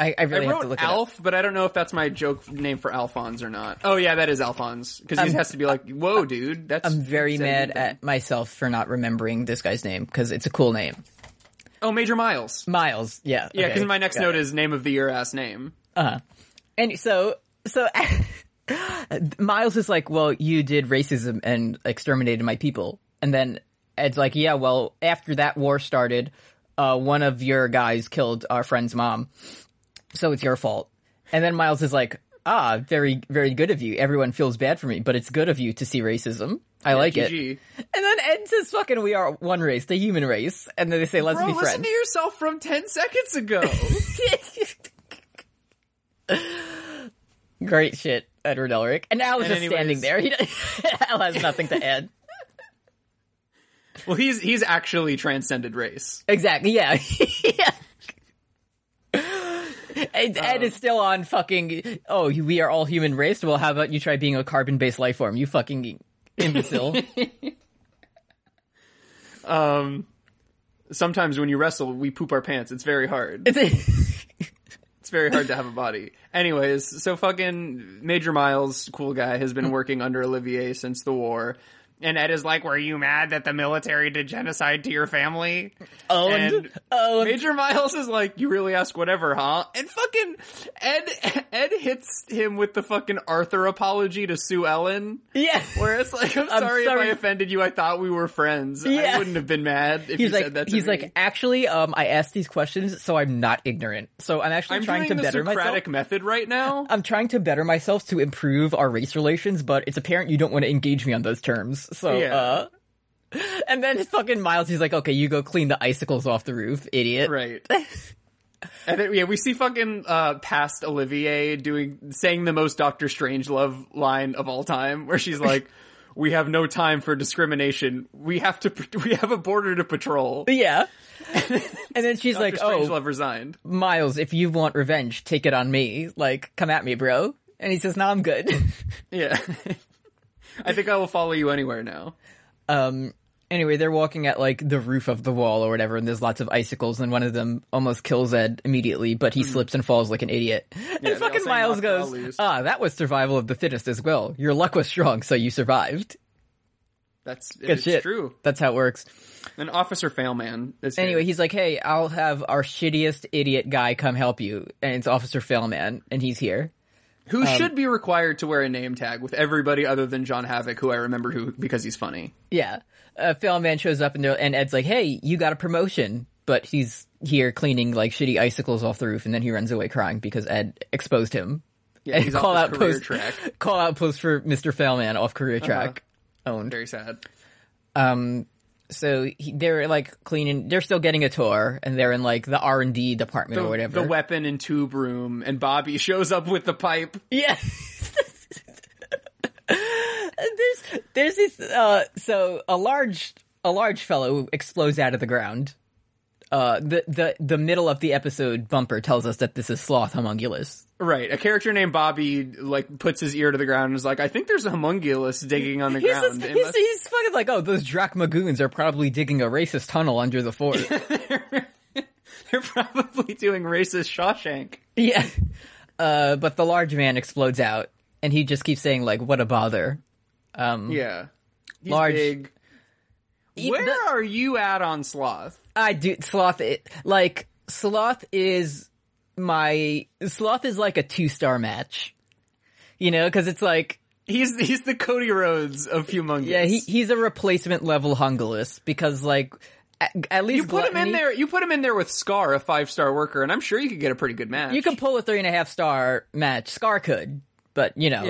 Speaker 3: I, I
Speaker 4: I
Speaker 3: really have to
Speaker 4: wrote
Speaker 3: look it up.
Speaker 4: Alf, but I don't know if that's my joke name for Alphonse or not. Oh yeah, that is Alphonse because he
Speaker 3: I'm-
Speaker 4: has to be like, "Whoa, dude, that's."
Speaker 3: Um, I'm very
Speaker 4: that's
Speaker 3: mad
Speaker 4: everything."
Speaker 3: at myself for not remembering this guy's name because it's a cool name.
Speaker 4: Oh, Major Miles.
Speaker 3: Miles, yeah.
Speaker 4: Yeah, because
Speaker 3: okay,
Speaker 4: my next
Speaker 3: got
Speaker 4: note
Speaker 3: it.
Speaker 4: is name of the year ass name.
Speaker 3: And so, so <laughs> Miles is like, "Well, you did racism and exterminated my people." And then Ed's like, "Yeah, well, after that war started, uh, one of your guys killed our friend's mom, so it's your fault." And then Miles is like, "Ah, very, very good of you. Everyone feels bad for me, but it's good of you to see racism. I like it."
Speaker 4: GG.
Speaker 3: And then Ed says, "Fucking, we are one race, the human race." And then they say, "Let's
Speaker 4: Bro,
Speaker 3: be
Speaker 4: listen
Speaker 3: friends."
Speaker 4: to yourself from ten
Speaker 3: <laughs>
Speaker 4: seconds ago.
Speaker 3: Great shit, Edward Elric. And Al is
Speaker 4: And
Speaker 3: just standing
Speaker 4: anyways-
Speaker 3: there. <laughs> He Al has nothing to add.
Speaker 4: well, he's he's actually transcended race.
Speaker 3: Exactly. Yeah. <laughs> yeah. And Ed is still on fucking. Oh, you- we are all human race. Well, how about you try being a carbon-based life form? You fucking
Speaker 4: <laughs>
Speaker 3: imbecile.
Speaker 4: Sometimes when you wrestle, we poop our pants. It's very hard.
Speaker 3: It's-
Speaker 4: It's very hard to have a body. Anyways, so fucking Major Miles, cool guy, has been working under Olivier since the war. And Ed is like, "Were you mad that the military did genocide to your family?"
Speaker 3: owned.
Speaker 4: And
Speaker 3: owned.
Speaker 4: Major Miles is like, "You really ask whatever, huh?" And fucking Ed Ed hits him with the fucking Arthur apology to Sue Ellen,
Speaker 3: yeah.
Speaker 4: where it's like, "I'm
Speaker 3: I'm
Speaker 4: sorry, if I
Speaker 3: sorry.
Speaker 4: offended you. I thought we were friends. I
Speaker 3: Yeah.
Speaker 4: wouldn't have been mad
Speaker 3: <laughs>
Speaker 4: if
Speaker 3: He's
Speaker 4: you said that."
Speaker 3: like,
Speaker 4: to
Speaker 3: he's
Speaker 4: me.
Speaker 3: like, actually, um, I asked these questions, so I'm not ignorant. So I'm actually
Speaker 4: I'm
Speaker 3: trying
Speaker 4: doing
Speaker 3: to
Speaker 4: the
Speaker 3: better myself.
Speaker 4: Socratic method right now.
Speaker 3: <laughs> I'm trying to better myself to improve our race relations, but it's apparent you don't want to engage me on those terms. So,
Speaker 4: Yeah.
Speaker 3: uh. <laughs> And then fucking Miles, he's like, okay, you go clean the icicles off the roof, idiot.
Speaker 4: Right. And then, yeah, we see fucking uh, past Olivier doing saying the most Doctor Strange love line of all time, where
Speaker 3: <laughs>
Speaker 4: she's like, "We have no time for discrimination. We have to. <laughs> We have a border to patrol."
Speaker 3: But <laughs>
Speaker 4: <laughs>
Speaker 3: yeah. and then she's like,
Speaker 4: Doctor
Speaker 3: oh,
Speaker 4: Strangelove resigned.
Speaker 3: Miles, if you want revenge, take it on me. Like, come at me, bro. And he says, no, I'm
Speaker 4: <laughs>
Speaker 3: good.
Speaker 4: Yeah, I think I will follow you anywhere now.
Speaker 3: um, anyway, they're walking at like the roof of the wall or whatever, and there's lots of icicles, and one of them almost kills Ed immediately, but he slips and falls like an idiot.
Speaker 4: Hmm.
Speaker 3: <laughs>
Speaker 4: they all
Speaker 3: and fucking
Speaker 4: sang
Speaker 3: Miles
Speaker 4: Knock It Out
Speaker 3: goes,
Speaker 4: Loose.
Speaker 3: "Ah, that was survival of the fittest as well. Your luck was strong, so you survived."
Speaker 4: That's
Speaker 3: Good
Speaker 4: it's
Speaker 3: shit.
Speaker 4: true.
Speaker 3: That's how it works.
Speaker 4: An officer fail man. Is here.
Speaker 3: Anyway, he's like, "Hey, I'll have our shittiest idiot guy come help you," and it's Officer Failman, and he's here. um,
Speaker 4: who should be required to wear a name tag with everybody other than John Havoc, who I remember who because he's funny.
Speaker 3: Yeah, uh, Failman shows up, and, they're- and Ed's like, "Hey, you got a promotion." But he's here cleaning like shitty icicles off the roof, and then he runs away crying because Ed exposed him
Speaker 4: Yeah,
Speaker 3: and
Speaker 4: he's
Speaker 3: call out
Speaker 4: off his career
Speaker 3: post
Speaker 4: track.
Speaker 3: call out post for Mr. Failman off
Speaker 4: Uh-huh.
Speaker 3: career track owned.
Speaker 4: Very sad.
Speaker 3: Um, so he, they're like cleaning. They're still getting a tour, and they're in like the R and D department or whatever.
Speaker 4: The weapon and tube room, and Bobby <laughs> shows up with the pipe.
Speaker 3: yeah. <laughs> there's there's this uh so a large a large fellow explodes out of the ground. uh, the the the middle of the episode bumper tells us that this is sloth homunculus.
Speaker 4: Right. A character named Bobby like puts his ear to the ground and is like, I think there's a homunculus digging on the
Speaker 3: He's,
Speaker 4: ground.
Speaker 3: just-
Speaker 4: It
Speaker 3: he's,
Speaker 4: must-
Speaker 3: he's fucking like, oh, those drachma goons are probably digging a racist tunnel under the
Speaker 4: <laughs>
Speaker 3: fort.
Speaker 4: <laughs> They're probably doing racist Shawshank.
Speaker 3: yeah. Uh, but the large man explodes out, and he just keeps saying like, "What a bother."
Speaker 4: Yeah. He's
Speaker 3: Large-
Speaker 4: big. Where
Speaker 3: the-
Speaker 4: are you at on Sloth?
Speaker 3: I do sloth. It, like sloth is my sloth is like a two star match. You know, because it's like
Speaker 4: He's he's the Cody Rhodes of humongous.
Speaker 3: yeah, he, he's a replacement level hungulus because like at, at least
Speaker 4: you put him in
Speaker 3: gluttony-
Speaker 4: there. You put him in there with Scar, a five star worker, and I'm sure you could get a pretty good match.
Speaker 3: You can pull a three and a half star match. Scar could, but you know,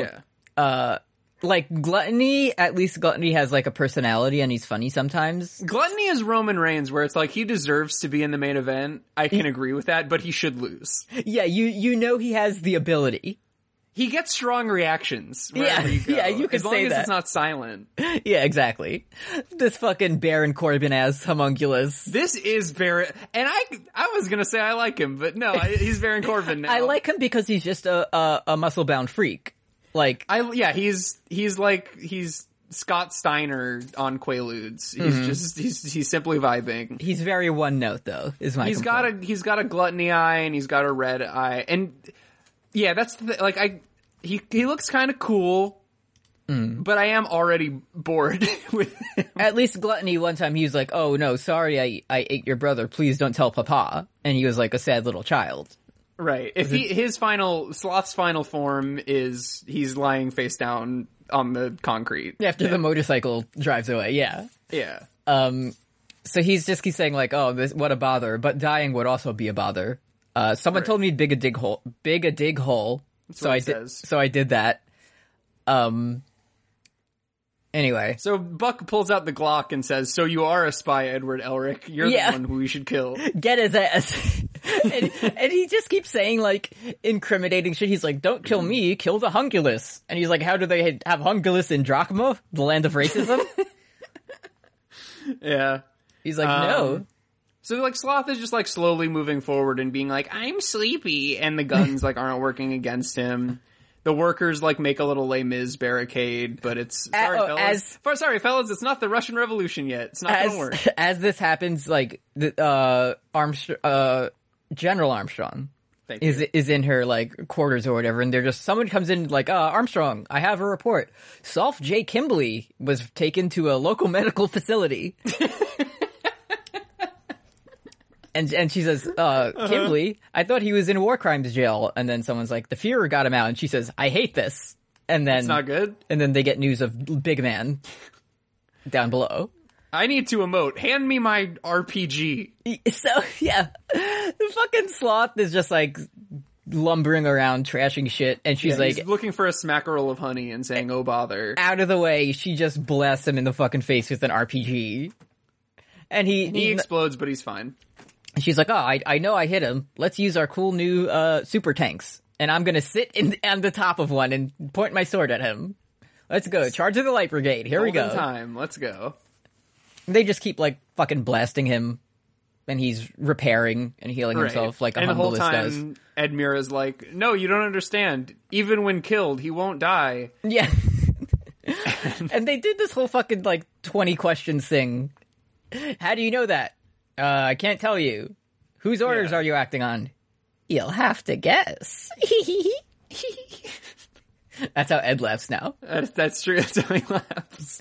Speaker 4: yeah.
Speaker 3: like gluttony. At least gluttony has like a personality and he's funny sometimes.
Speaker 4: Gluttony is Roman Reigns, where it's like he deserves to be in the main event. I can agree with that, but he should lose.
Speaker 3: Yeah, you you know he has the ability. <laughs>
Speaker 4: He gets strong reactions.
Speaker 3: Yeah, <laughs>
Speaker 4: wherever you go,
Speaker 3: yeah, you could
Speaker 4: as long
Speaker 3: say
Speaker 4: as
Speaker 3: that.
Speaker 4: it's not silent.
Speaker 3: Yeah, exactly. This fucking Baron Corbin ass homunculus.
Speaker 4: This is Barrett, and I I was gonna say I like him, but no, I, he's
Speaker 3: <laughs>
Speaker 4: Baron Corbin now.
Speaker 3: I like him because he's just a a, a muscle bound freak. Like
Speaker 4: I yeah, he's he's like he's Scott Steiner on Quaaludes. He's
Speaker 3: Mm-hmm.
Speaker 4: just he's he's simply vibing.
Speaker 3: he's very one note though. Is my
Speaker 4: He's got a he's got a gluttony eye and he's got a red eye, and yeah, that's the, like I he he looks kind of cool,
Speaker 3: Mm.
Speaker 4: but I am already bored <laughs> with him.
Speaker 3: At least gluttony. One time he was like, "Oh no, sorry, I I ate your brother. Please don't tell Papa." And he was like a sad little child.
Speaker 4: Right. If he his final sloth's final form is he's lying face down on the concrete.
Speaker 3: after the motorcycle drives away. Yeah.
Speaker 4: Yeah.
Speaker 3: Um, so he's just keeps saying like, "Oh, this what a bother," but dying would also be a bother. Uh, someone told me dig a dig hole, big a dig hole. so
Speaker 4: what
Speaker 3: I
Speaker 4: it
Speaker 3: did.
Speaker 4: says.
Speaker 3: So I did that. Um. Anyway,
Speaker 4: So Buck pulls out the Glock and says, "So you are a spy, Edward Elric. You're
Speaker 3: Yeah.
Speaker 4: the one who we
Speaker 3: <laughs>
Speaker 4: should kill."
Speaker 3: get his ass. <laughs> and, and he just keeps saying like incriminating shit. He's like, "Don't kill me, kill the Hungulus." And he's like, "How do they have Hungulus in Drachma, the land of racism?"
Speaker 4: Yeah.
Speaker 3: he's like, "No."
Speaker 4: So like Sloth is just like slowly moving forward and being like, "I'm sleepy," and the guns like aren't working against him. The workers like make a little Les Mis barricade, but it's sorry,
Speaker 3: oh,
Speaker 4: fellas.
Speaker 3: as-
Speaker 4: For- sorry, fellas, it's not the Russian Revolution yet. It's not gonna work.
Speaker 3: as, as this happens, like the uh, Armstrong, uh, General Armstrong
Speaker 4: Thank
Speaker 3: is
Speaker 4: you.
Speaker 3: is in her like quarters or whatever, and they're just someone comes in like uh, Armstrong. I have a report. Solf J. Kimbley was taken to a local <laughs> medical
Speaker 4: <laughs>
Speaker 3: facility. And, and she says, uh,
Speaker 4: Uh-huh.
Speaker 3: Kimberly, I thought he was in war crimes jail. And then someone's like, the Fuhrer got him out. And she says, I hate this. And then,
Speaker 4: It's not good.
Speaker 3: and then they get news of Big Man down below.
Speaker 4: I need to emote. Hand me my RPG.
Speaker 3: So yeah, the fucking sloth is just like lumbering around, trashing shit, and she's
Speaker 4: He's
Speaker 3: like,
Speaker 4: looking for a smackerel of honey and saying, "Oh bother."
Speaker 3: out of the way. She just blasts him in the fucking face with an RPG, and he,
Speaker 4: He
Speaker 3: he-
Speaker 4: explodes, but he's fine.
Speaker 3: she's like, oh, I, I know I hit him. Let's use our cool new uh, super tanks, and I'm gonna sit in <laughs> on the top of one and point my sword at him. Let's go, charge of the light brigade. Here we
Speaker 4: Golden
Speaker 3: go.
Speaker 4: Time. Let's go.
Speaker 3: They just keep like fucking blasting him. And he's repairing and healing
Speaker 4: Right.
Speaker 3: himself like a
Speaker 4: and the whole
Speaker 3: humblest does.
Speaker 4: time, Ed Mira's like, "No, you don't understand. Even when killed, he won't die."
Speaker 3: Yeah. <laughs> and they did this whole fucking like 20 questions thing. How do you know that? Uh, I can't tell you. Whose orders are you acting on? You'll have to guess. <laughs> That's how Ed laughs now.
Speaker 4: That, that's true. <laughs> That's how he laughs.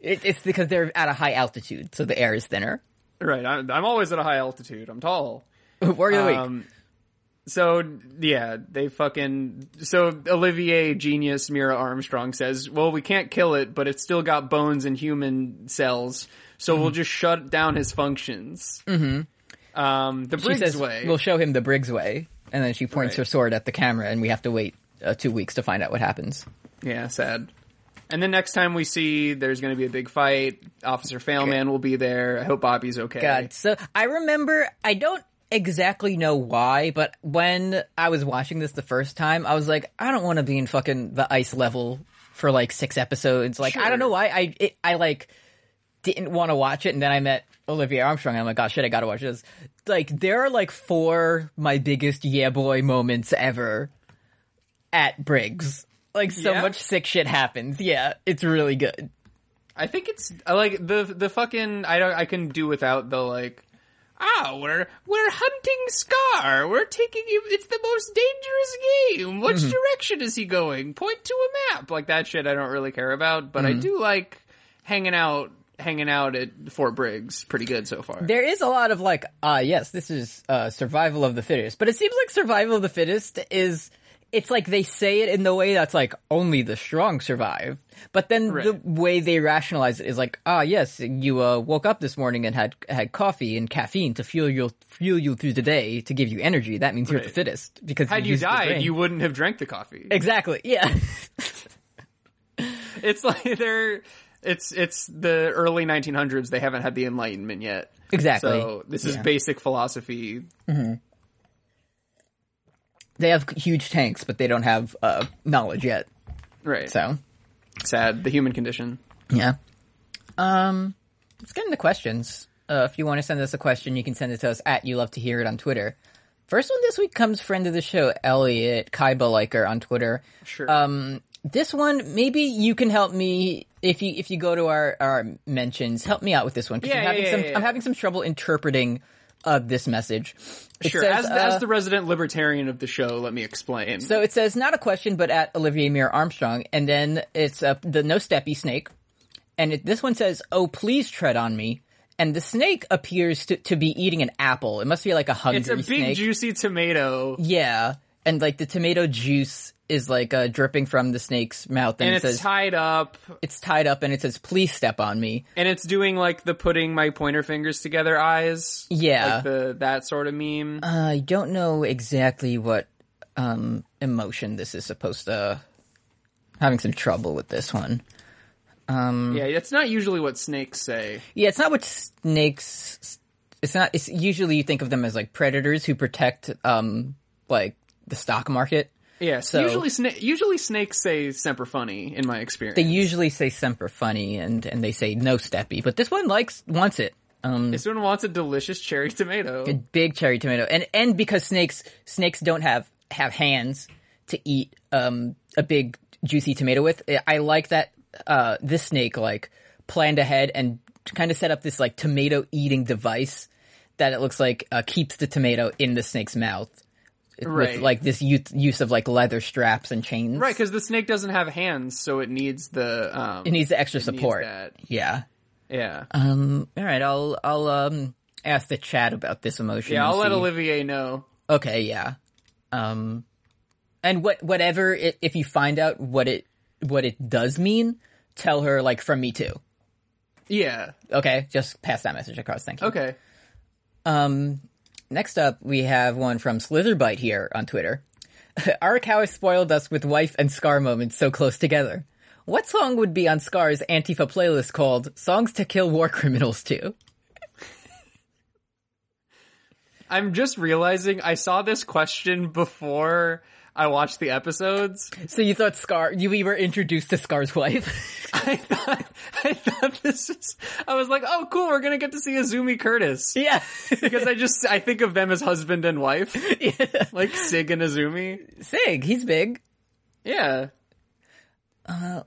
Speaker 3: It, it's because they're at a high altitude, so the air is thinner. <laughs>
Speaker 4: Right. I'm, I'm always at a high altitude. I'm tall.
Speaker 3: Word of the week.
Speaker 4: Um, so yeah, they fucking so Olivier Genius Mira Armstrong says, "Well, we can't kill it, but it's still got bones and human cells, so
Speaker 3: Mm-hmm.
Speaker 4: we'll just shut down his functions." Mm-hmm. Um, the
Speaker 3: She
Speaker 4: Briggs
Speaker 3: says,
Speaker 4: way.
Speaker 3: We'll show him the Briggs way. And then she points
Speaker 4: Right.
Speaker 3: her sword at the camera, and we have to wait uh, two weeks to find out what happens.
Speaker 4: Yeah, sad. And the next time we see, there's going to be a big fight. Officer Failman will be there. I hope Bobby's okay.
Speaker 3: God. So I remember, I don't exactly know why, but when I was watching this the first time, I was like, I don't want to be in fucking the ice level for like six episodes. Like, I don't know why. I, it, I like didn't want to watch it. And then I met Olivia Armstrong. I'm like, oh shit, I gotta watch this. Like, there are like four my biggest yeah boy moments ever at Briggs. Like, so
Speaker 4: Yeah?
Speaker 3: much sick shit happens. Yeah, it's really good.
Speaker 4: I think it's I like the the fucking I don't I can do without the like ah we're we're hunting Scar we're taking him it's the most dangerous game which direction is he going point to a map like that shit I don't really care about but I do like hanging out hanging out at Fort Briggs pretty good so far
Speaker 3: There is a lot of like, ah, yes, this is uh, survival of the fittest, but it seems like survival of the fittest is. It's like they say it in the way that's like only the strong survive, but then the
Speaker 4: Right.
Speaker 3: way they rationalize it is like, ah, yes, you uh, woke up this morning and had had coffee and caffeine to fuel you fuel you through the day to give you energy. That means you're the
Speaker 4: Right.
Speaker 3: fittest because
Speaker 4: had you
Speaker 3: used your brain.
Speaker 4: died you wouldn't have drank the coffee <laughs>
Speaker 3: exactly yeah. <laughs>
Speaker 4: it's like they're it's it's the early 1900s they haven't had the enlightenment yet
Speaker 3: Exactly.
Speaker 4: so this is basic philosophy
Speaker 3: they have huge tanks, but they don't have uh, knowledge yet.
Speaker 4: right
Speaker 3: So
Speaker 4: sad the human condition
Speaker 3: Yeah. Um, let's get into questions. Uh, if you want to send us a question, you can send it to us at You Love to Hear It on Twitter. First one this week comes friend of the show, Elliot Kaiba Liker on Twitter.
Speaker 4: sure
Speaker 3: Um, this one, maybe you can help me if you if you go to our, our mentions. Help me out with this one 'cause
Speaker 4: Yeah,
Speaker 3: I'm
Speaker 4: yeah,
Speaker 3: having
Speaker 4: yeah,
Speaker 3: some
Speaker 4: yeah, yeah.
Speaker 3: I'm having some trouble interpreting uh, this message. It
Speaker 4: sure
Speaker 3: says,
Speaker 4: as, the as
Speaker 3: uh,
Speaker 4: the resident libertarian of the show let me explain
Speaker 3: so it says not a question, but at Olivier Mir Armstrong, and then it's uh, the no steppy snake, and it, this one says, "Oh, please tread on me." And the snake appears to, to be eating an apple. It must be like a hungry
Speaker 4: it's a big
Speaker 3: snake.
Speaker 4: juicy tomato
Speaker 3: yeah, and like the tomato juice is like uh, dripping from the snake's mouth, and,
Speaker 4: and
Speaker 3: it
Speaker 4: it's
Speaker 3: says
Speaker 4: tied up
Speaker 3: it's tied up, and it says, "Please step on me."
Speaker 4: and it's doing like the putting my pointer fingers together eyes
Speaker 3: Yeah. Um,
Speaker 4: like the that sort of meme
Speaker 3: I don't know exactly what um, emotion this is supposed to. Having some trouble with this one.
Speaker 4: yeah it's not usually what snakes say
Speaker 3: Yeah, it's not what snakes. It's not. It's usually you think of them as like predators who protect, um, like the stock market.
Speaker 4: yeah
Speaker 3: So-
Speaker 4: usually sna- usually snakes say semper funny in my experience
Speaker 3: They usually say semper funny and and they say no steppy, but this one likes wants it. Um,
Speaker 4: This one wants a delicious cherry tomato.
Speaker 3: a big cherry tomato, and and because snakes snakes don't have have hands to eat um a big juicy tomato with. eh, I like that uh this snake like planned ahead and kind of set up this like tomato eating device that it looks like uh, keeps the tomato in the snake's mouth. With,
Speaker 4: Right.
Speaker 3: like this use, use of like leather straps and chains.
Speaker 4: Right, because the snake doesn't have hands, so it needs the um,
Speaker 3: It needs the extra
Speaker 4: needs
Speaker 3: support.
Speaker 4: that.
Speaker 3: Yeah.
Speaker 4: Yeah,
Speaker 3: Um all right, I'll I'll um ask the chat about this emotion.
Speaker 4: yeah.
Speaker 3: and
Speaker 4: I'll let
Speaker 3: see.
Speaker 4: Olivier know.
Speaker 3: Okay, yeah. Um, and what whatever it, if you find out what it what it does mean, tell her like from me too.
Speaker 4: Yeah.
Speaker 3: Okay, just pass that message across. Thank you.
Speaker 4: Okay.
Speaker 3: Um, next up we have one from Slitherbite here on Twitter. <laughs> Our cow has spoiled us with wife and Scar moments so close together. What song would be on Scar's Antifa playlist called "Songs to Kill War Criminals" too?
Speaker 4: I'm just realizing I saw this question before I watched the episodes. <laughs>
Speaker 3: So you thought Scar? You we were introduced to Scar's wife. <laughs>
Speaker 4: I thought, I thought this was. I was like, oh, cool. We're gonna get to see Azumi Curtis
Speaker 3: <laughs> yeah.
Speaker 4: because I just I think of them as husband and wife, like Sig and Azumi.
Speaker 3: Sig, he's big.
Speaker 4: Yeah.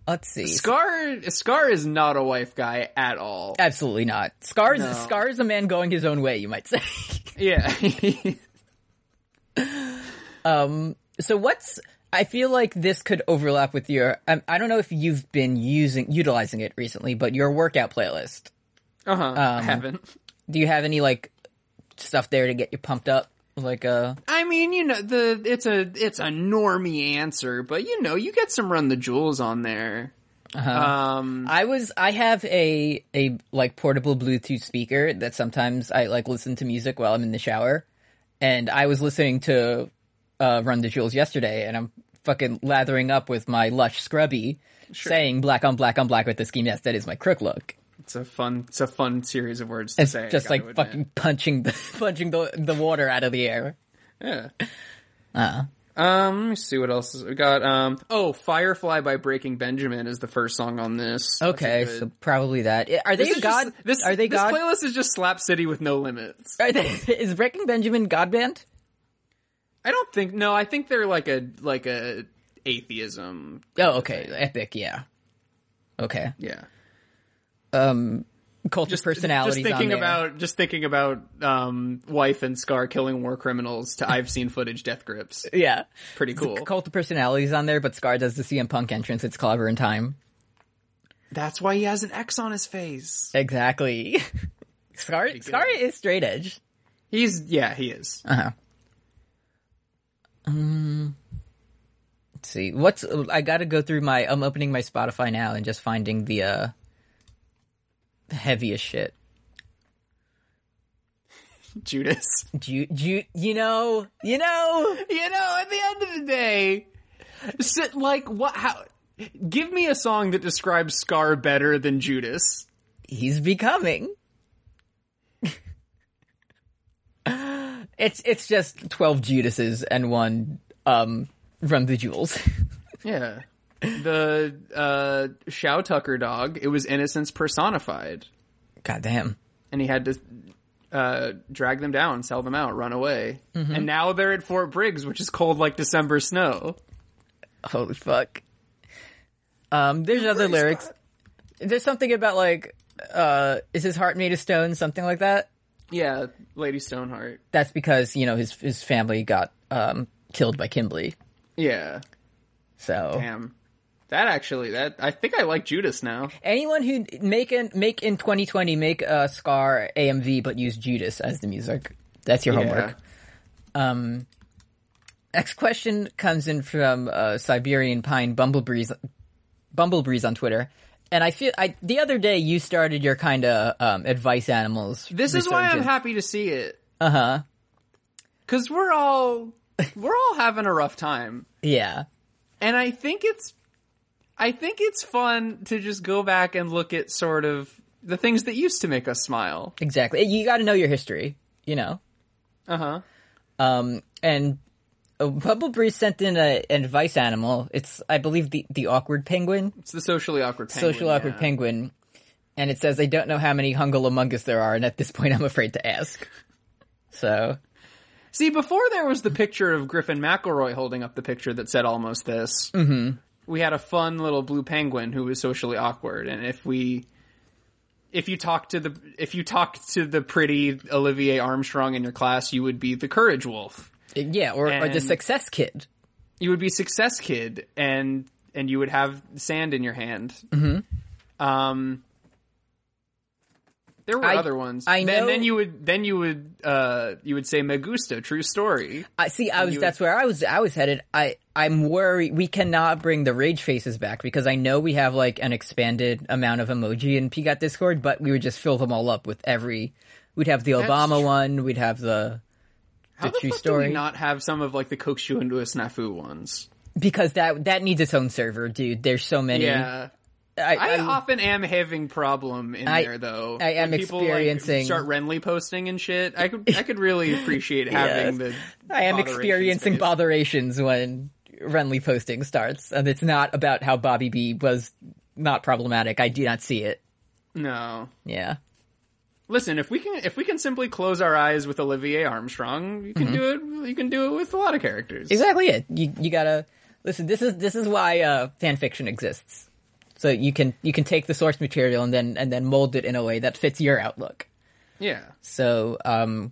Speaker 3: Let's see.
Speaker 4: Scar Scar is not a wife guy at all.
Speaker 3: Absolutely not. Scar's
Speaker 4: No.
Speaker 3: Scar's a man going his own way, you might say. <laughs>
Speaker 4: Yeah. <laughs>
Speaker 3: so what's I feel like this could overlap with your um, I don't know if you've been using utilizing it recently, but your workout playlist.
Speaker 4: uh-huh. I haven't.
Speaker 3: Do you have any like stuff there to get you pumped up? Like uh
Speaker 4: I mean, you know, the it's a it's a normie answer, but you know, you get some run the jewels on there. Um,
Speaker 3: I was I have a a like portable Bluetooth speaker that sometimes I like listen to music while I'm in the shower, and I was listening to uh, Run the Jewels yesterday, and I'm fucking lathering up with my lush scrubby, saying black on black on black with the scheme. Yes, that is my crook look.
Speaker 4: it's a fun it's a fun series of words to
Speaker 3: It's
Speaker 4: say. I
Speaker 3: just like
Speaker 4: gotta
Speaker 3: <laughs>
Speaker 4: admit.
Speaker 3: fucking punching the punching the the water out of the air.
Speaker 4: yeah. Um, let me see what else is- we got. Um, oh, Firefly by Breaking Benjamin is the first song on this.
Speaker 3: Okay,
Speaker 4: That's a
Speaker 3: so
Speaker 4: good-
Speaker 3: probably that. I- Are they
Speaker 4: This is
Speaker 3: God?
Speaker 4: just- this
Speaker 3: are they
Speaker 4: this
Speaker 3: God?
Speaker 4: playlist is just Slap City with no limits.
Speaker 3: are they, <laughs> is Breaking Benjamin God band?
Speaker 4: I don't think. No, I think they're like a like a atheism.
Speaker 3: Oh, okay, epic. Yeah. Okay.
Speaker 4: Yeah.
Speaker 3: Um, cult of
Speaker 4: Just
Speaker 3: personalities.
Speaker 4: Just thinking
Speaker 3: on there.
Speaker 4: about just thinking about um, wife and Scar killing war criminals to I've seen footage death grips.
Speaker 3: yeah,
Speaker 4: Pretty cool.
Speaker 3: cult of personalities on there, but Scar does the CM Punk entrance. It's clever in time.
Speaker 4: That's why he has an X on his face.
Speaker 3: Exactly. <laughs> Scar Scar is straight edge.
Speaker 4: He's yeah, he is.
Speaker 3: Uh huh. Um, let's see. What's I got to go through my. I'm opening my Spotify now and just finding the uh the heaviest shit.
Speaker 4: Judas.
Speaker 3: Do you, do you, you know, you know.
Speaker 4: You know, at the end of the day, sit, like what? How? Give me a song that describes Scar better than Judas.
Speaker 3: he's becoming. it's it's just twelve Judases and one um run the jewels. <laughs>
Speaker 4: Yeah. The uh, Shao Tucker dog. It was innocence personified,
Speaker 3: God damn.
Speaker 4: and he had to uh, drag them down, sell them out, run away, and now they're at Fort Briggs, which is cold like December snow.
Speaker 3: Holy fuck. Um there's other lyrics. There's something about like uh is his heart made of stone, something like that.
Speaker 4: Yeah, Lady Stoneheart.
Speaker 3: That's because, you know, his his family got um killed by Kimberly.
Speaker 4: Yeah.
Speaker 3: So
Speaker 4: Damn. That actually, that I think I like Judas now.
Speaker 3: anyone who make an, make in 2020 make a Scar AMV but use Judas as the music. That's your homework. Um, next question comes in from uh, Siberian Pine Bumblebees, Bumblebees on Twitter, and I feel I the other day you started your kind of um, advice animals.
Speaker 4: This is why I'm happy to see it.
Speaker 3: Uh huh.
Speaker 4: Cause we're all, we're all having a rough time.
Speaker 3: Yeah.
Speaker 4: And I think it's, I think it's fun to just go back and look at sort of the things that used to make us smile.
Speaker 3: Exactly. You got to know your history, you know.
Speaker 4: Uh huh.
Speaker 3: Um, and uh, Bubble Breeze sent in a, an advice animal. It's, I believe, the, the awkward penguin,
Speaker 4: It's the socially awkward penguin.
Speaker 3: social awkward
Speaker 4: yeah.
Speaker 3: penguin, and it says I don't know how many Hungal Among Us there are, and at this point I'm afraid to ask. So
Speaker 4: See, before there was the picture of Griffin McElroy holding up the picture that said almost this. Mm-hmm. We had a fun little blue penguin who was socially awkward, and if we, if you talked to the if you talked to the pretty Olivier Armstrong in your class, you would be the courage wolf.
Speaker 3: yeah, or, or the
Speaker 4: And-
Speaker 3: success kid.
Speaker 4: You would be success kid, and and you would have sand in your hand. Mm-hmm. Um. There were
Speaker 3: I-
Speaker 4: other ones.
Speaker 3: I
Speaker 4: Then,
Speaker 3: know-
Speaker 4: then you would then you would uh you would say "Me gusta," true story.
Speaker 3: I see. I was.
Speaker 4: you-
Speaker 3: That's where I was. I was headed. I. I'm worried we cannot bring the rage faces back because I know we have like an expanded amount of emoji in Pigot Discord, but we would just fill them all up with every. We'd have the Obama
Speaker 4: true.
Speaker 3: one. We'd have the
Speaker 4: How the
Speaker 3: true
Speaker 4: fuck
Speaker 3: story.
Speaker 4: Do we not have some of like the coax you into a snafu ones.
Speaker 3: because that that needs its own server, dude. There's so many.
Speaker 4: Yeah,
Speaker 3: I,
Speaker 4: I,
Speaker 3: I'm-
Speaker 4: often am having problem in
Speaker 3: I-
Speaker 4: there though.
Speaker 3: I am
Speaker 4: When people, like,
Speaker 3: experiencing-
Speaker 4: start Renly posting and shit. I could I
Speaker 3: <laughs>
Speaker 4: could really appreciate having
Speaker 3: Yes.
Speaker 4: the.
Speaker 3: I am
Speaker 4: botheration
Speaker 3: experiencing
Speaker 4: space.
Speaker 3: botherations when Renly posting starts, and it's not about how Bobby B was not problematic. I do not see it.
Speaker 4: No,
Speaker 3: Yeah.
Speaker 4: listen. If we can if we can simply close our eyes with Olivier Armstrong, you can do it. You can do it with a lot of characters.
Speaker 3: Exactly it. You you gotta listen, this is this is why uh fan fiction exists. So you can you can take the source material and then and then mold it in a way that fits your outlook.
Speaker 4: Yeah.
Speaker 3: So um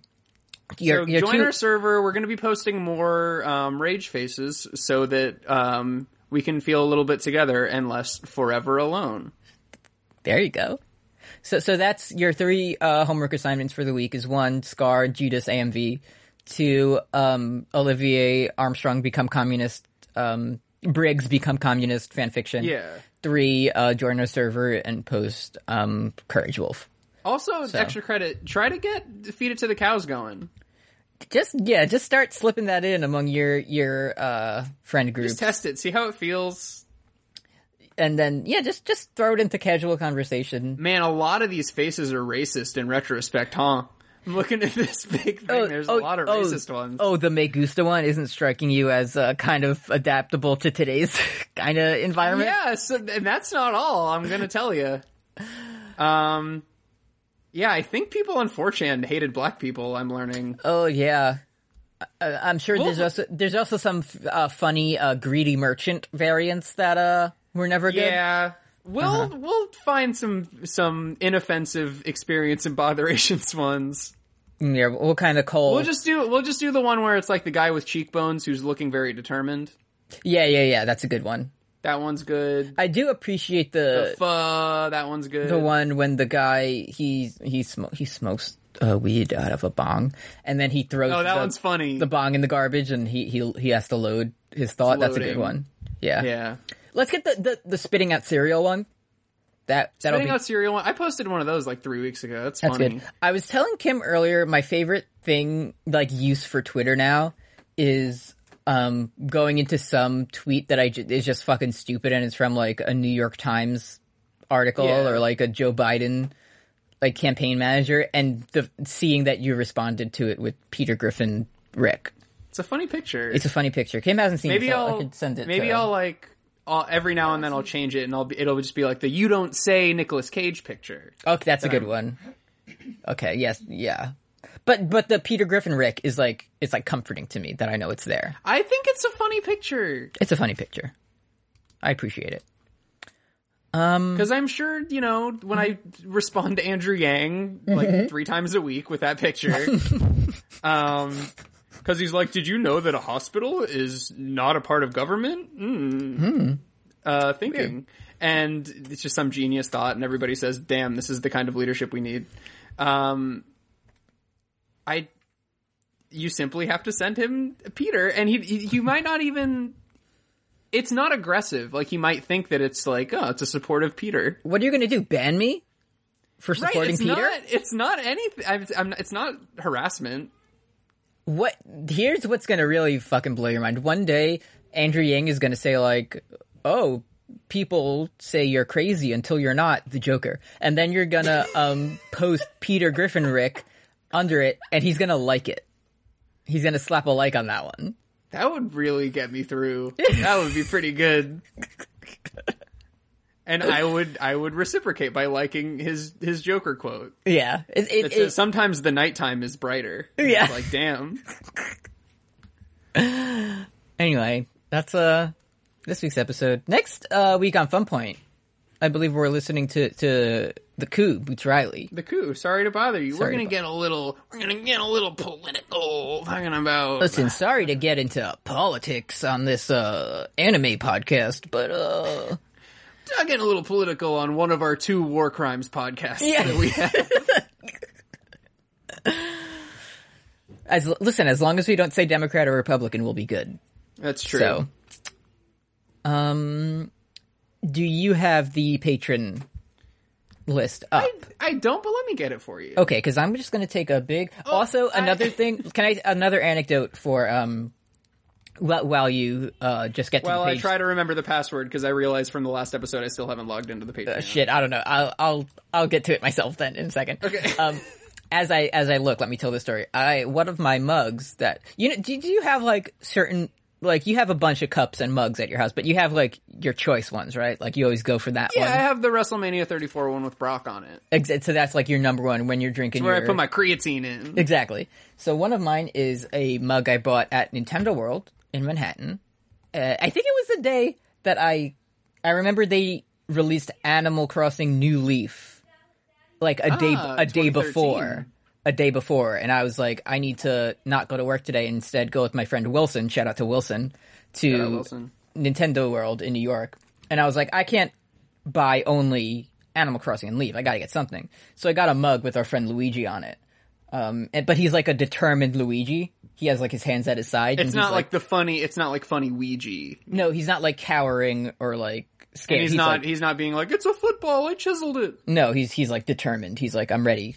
Speaker 3: you're,
Speaker 4: so
Speaker 3: you're
Speaker 4: join
Speaker 3: too-
Speaker 4: our server. We're going to be posting more um, rage faces so that um, we can feel a little bit together and less forever alone.
Speaker 3: There you go. So, so that's your three uh, homework assignments for the week: is one, Scar, Judas, AMV; two, um, Olivier Armstrong become communist, um, Briggs become communist fan fiction;
Speaker 4: Yeah.
Speaker 3: Three, uh, join our server and post um, Courage Wolf.
Speaker 4: Also, extra credit. Try to get feed it to the cows going.
Speaker 3: Just yeah, just start slipping that in among your your uh, friend group,
Speaker 4: Just test it. See how it feels.
Speaker 3: and then yeah, just just throw it into casual conversation.
Speaker 4: Man, a lot of these faces are racist in retrospect, huh? I'm looking at this big thing. There's a lot of racist ones.
Speaker 3: Oh, the Megusta one isn't striking you as uh, kind of adaptable to today's <laughs> kind of environment.
Speaker 4: yeah, so, and that's not all. I'm gonna tell you. Um, yeah, I think people on 4chan hated black people. I'm learning.
Speaker 3: Oh yeah. Uh, I'm sure there's also there's also some f- uh, funny uh, greedy merchant variants that uh were never good.
Speaker 4: Yeah. We'll
Speaker 3: Uh-huh.
Speaker 4: we'll find some some inoffensive experience and botherations <laughs> ones.
Speaker 3: Mm, Yeah, we'll kind of call.
Speaker 4: We'll just do we'll just do the one where it's like the guy with cheekbones who's looking very determined.
Speaker 3: yeah, yeah, yeah. That's a good one.
Speaker 4: That one's good.
Speaker 3: I do appreciate the
Speaker 4: Fuh, that one's good.
Speaker 3: the one when the guy he he smo- he smokes uh, weed out of a bong and then he throws
Speaker 4: Oh, that
Speaker 3: the,
Speaker 4: one's funny.
Speaker 3: the bong in the garbage and he he he has to load his thought. That's a good
Speaker 4: Loading.
Speaker 3: one. Yeah.
Speaker 4: yeah.
Speaker 3: Let's get the, the the spitting out cereal one. That that'll
Speaker 4: Spitting
Speaker 3: be
Speaker 4: out cereal one. I posted one of those like three weeks ago. That's,
Speaker 3: That's
Speaker 4: funny.
Speaker 3: good. I was telling Kim earlier my favorite thing like use for Twitter now is um going into some tweet that I ju- is just fucking stupid and it's from like a New York Times article
Speaker 4: Yeah.
Speaker 3: or like a Joe Biden like campaign manager and the seeing that you responded to it with Peter Griffin Rick.
Speaker 4: It's a funny picture.
Speaker 3: It's a funny picture. Kim hasn't seen
Speaker 4: maybe
Speaker 3: it, so
Speaker 4: I'll
Speaker 3: I could send it
Speaker 4: Maybe
Speaker 3: to
Speaker 4: I'll like I'll, every now and then I'll change it and I'll be, it'll just be like the you don't say Nicolas Cage picture.
Speaker 3: Okay, that's a good one. Okay, yes, yeah. But but the Peter Griffin Rick is like it's like comforting to me that I know it's there.
Speaker 4: I think it's a funny picture
Speaker 3: It's a funny picture. I appreciate it.
Speaker 4: because I'm sure you know when I respond to Andrew Yang like three times a week with that picture. um. Because he's like, did you know that a hospital is not a part of government? Mm. Uh, thinking, and it's just some genius thought, and everybody says, "Damn, this is the kind of leadership we need." Um, I, you simply have to send him Peter, and he he, he might not even. It's not aggressive. Like he might think that it's like, oh, it's a supportive Peter.
Speaker 3: What are you going to do? Ban me for supporting
Speaker 4: right? It's
Speaker 3: Peter?
Speaker 4: not. It's not anything. I'm, I'm, it's not harassment.
Speaker 3: What? Here's what's going to really fucking blow your mind. One day, Andrew Yang is going to say like, "Oh, people say you're crazy until you're not the Joker," and then you're gonna um post Peter Griffin Rick under it, and he's gonna like it. He's gonna slap a like on that one.
Speaker 4: That would really get me through. That would be pretty good. And I would I would reciprocate by liking his his Joker quote.
Speaker 3: Yeah, it, it,
Speaker 4: It
Speaker 3: it-
Speaker 4: says sometimes the nighttime is brighter.
Speaker 3: Yeah.
Speaker 4: It's like damn.
Speaker 3: anyway, that's uh this week's episode. Next uh week on Fun Point, I believe we're listening to to the coup Boots Riley.
Speaker 4: The coup. Sorry to bother you.
Speaker 3: Sorry
Speaker 4: we're gonna
Speaker 3: to
Speaker 4: get a little we're gonna get a little political talking about
Speaker 3: Listen, sorry to get into politics on this uh anime podcast, but uh
Speaker 4: getting a little political on one of our two war crimes podcasts
Speaker 3: Yeah.
Speaker 4: that we have.
Speaker 3: as listen, as long as we don't say Democrat or Republican, we'll be good.
Speaker 4: That's true.
Speaker 3: <laughs> So, um, do you have the patron list up?
Speaker 4: I, I don't, but let me get it for you.
Speaker 3: Okay, because I'm just going to take a big. also,
Speaker 4: I-
Speaker 3: another thing. Can I another anecdote for um, wh- while you uh just get to
Speaker 4: Well,
Speaker 3: the
Speaker 4: I
Speaker 3: page.
Speaker 4: try to remember the password because I realized from the last episode I still haven't logged into the Patreon.
Speaker 3: Uh, Shit, I don't know. I'll I'll I'll get to it myself then in a second.
Speaker 4: Okay.
Speaker 3: <laughs> Um, as I as I look, let me tell this story. I one of my mugs that you know. Did you have like certain like you have a bunch of cups and mugs at your house, but you have like your choice ones, right? Like you always go for that
Speaker 4: Yeah, I
Speaker 3: one.
Speaker 4: have the WrestleMania 34 one with Brock on it,
Speaker 3: Ex- So that's like your number one when you're drinking.
Speaker 4: where
Speaker 3: your,
Speaker 4: I put my creatine in.
Speaker 3: Exactly. So one of mine is a mug I bought at Nintendo World in Manhattan. Uh, I think it was the day that I I remember they released Animal Crossing New Leaf, like a day
Speaker 4: Ah,
Speaker 3: a day
Speaker 4: 2013.
Speaker 3: before, a day before, and I was like, I need to not go to work today. Instead, go with my friend Wilson. Shout out to Wilson to
Speaker 4: out, Wilson.
Speaker 3: Nintendo World in New York, and I was like, I can't buy only Animal Crossing and leave. I gotta get something. So I got a mug with our friend Luigi on it. Um, and, but he's like a determined Luigi. He has like his hands at his side. and
Speaker 4: It's
Speaker 3: he's
Speaker 4: not like, the funny. It's not like funny Ouija.
Speaker 3: no, he's not like cowering or like scared.
Speaker 4: And he's, not.
Speaker 3: like-
Speaker 4: he's not being like it's a football. I chiseled it.
Speaker 3: no, he's he's like determined. He's like, I'm ready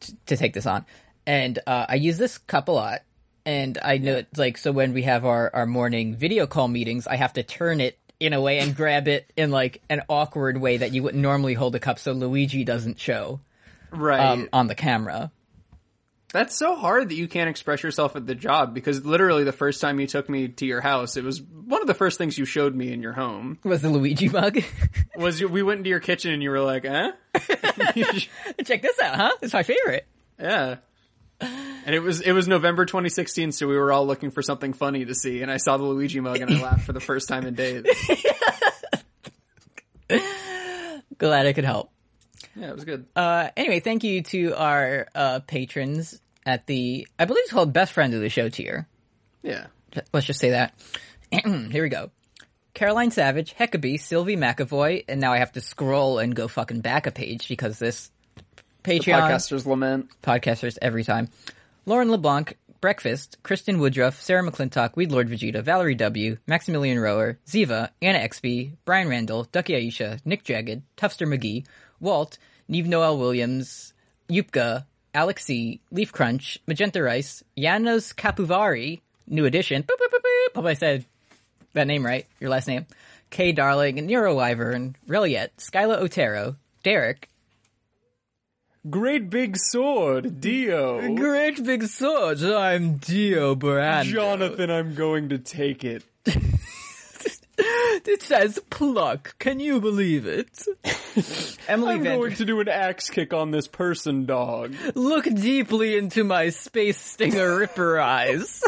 Speaker 3: t- to take this on. And uh, I use this cup a lot. And I know it's like so when we have our our morning video call meetings, I have to turn it in a way and grab it in like an awkward way that you wouldn't normally hold a cup, so Luigi doesn't show
Speaker 4: Right.
Speaker 3: um, on the um, camera.
Speaker 4: That's so hard that you can't express yourself at the job because literally the first time you took me to your house, it was one of the first things you showed me in your home
Speaker 3: Was the Luigi mug? <laughs>
Speaker 4: was you, we went into your kitchen and you were like, eh? <laughs>
Speaker 3: Check this out, huh? It's my favorite.
Speaker 4: yeah. And it was it was November 2016, so we were all looking for something funny to see, and I saw the Luigi mug and I laughed for the first time in days.
Speaker 3: Glad I could help.
Speaker 4: Yeah, it was good.
Speaker 3: Uh, anyway, thank you to our uh, patrons at the, I believe it's called Best Friends of the Show tier.
Speaker 4: yeah.
Speaker 3: Let's just say that. <clears throat> Here we go. Caroline Savage, Heckabee, Sylvie McAvoy, and now I have to scroll and go fucking back a page because this Patreon
Speaker 4: Podcasters lament.
Speaker 3: podcasters every time. Lauren LeBlanc, Breakfast, Kristen Woodruff, Sarah McClintock, Weed Lord Vegeta, Valerie W, Maximilian Rower, Ziva, Anna XB, Brian Randall, Ducky Aisha, Nick Jagged, Tufster McGee, Walt, Neve Noel Williams, Yupka, Alexi, Leaf Crunch, Magenta Rice, Janos Capuvari, New Edition. Boop, boop, boop, boop. Hope I said that name right, your last name. Kay Darling, Nero Wyvern, Reliet, Skyla Otero, Derek,
Speaker 4: Great big sword, Dio.
Speaker 3: Great big sword, I'm Dio Brand.
Speaker 4: Jonathan, I'm going to take it.
Speaker 3: It says pluck. Can you believe it? <laughs> Emily Van.
Speaker 4: to do an axe kick on this person, dog.
Speaker 3: Look deeply into my space stinger ripper eyes.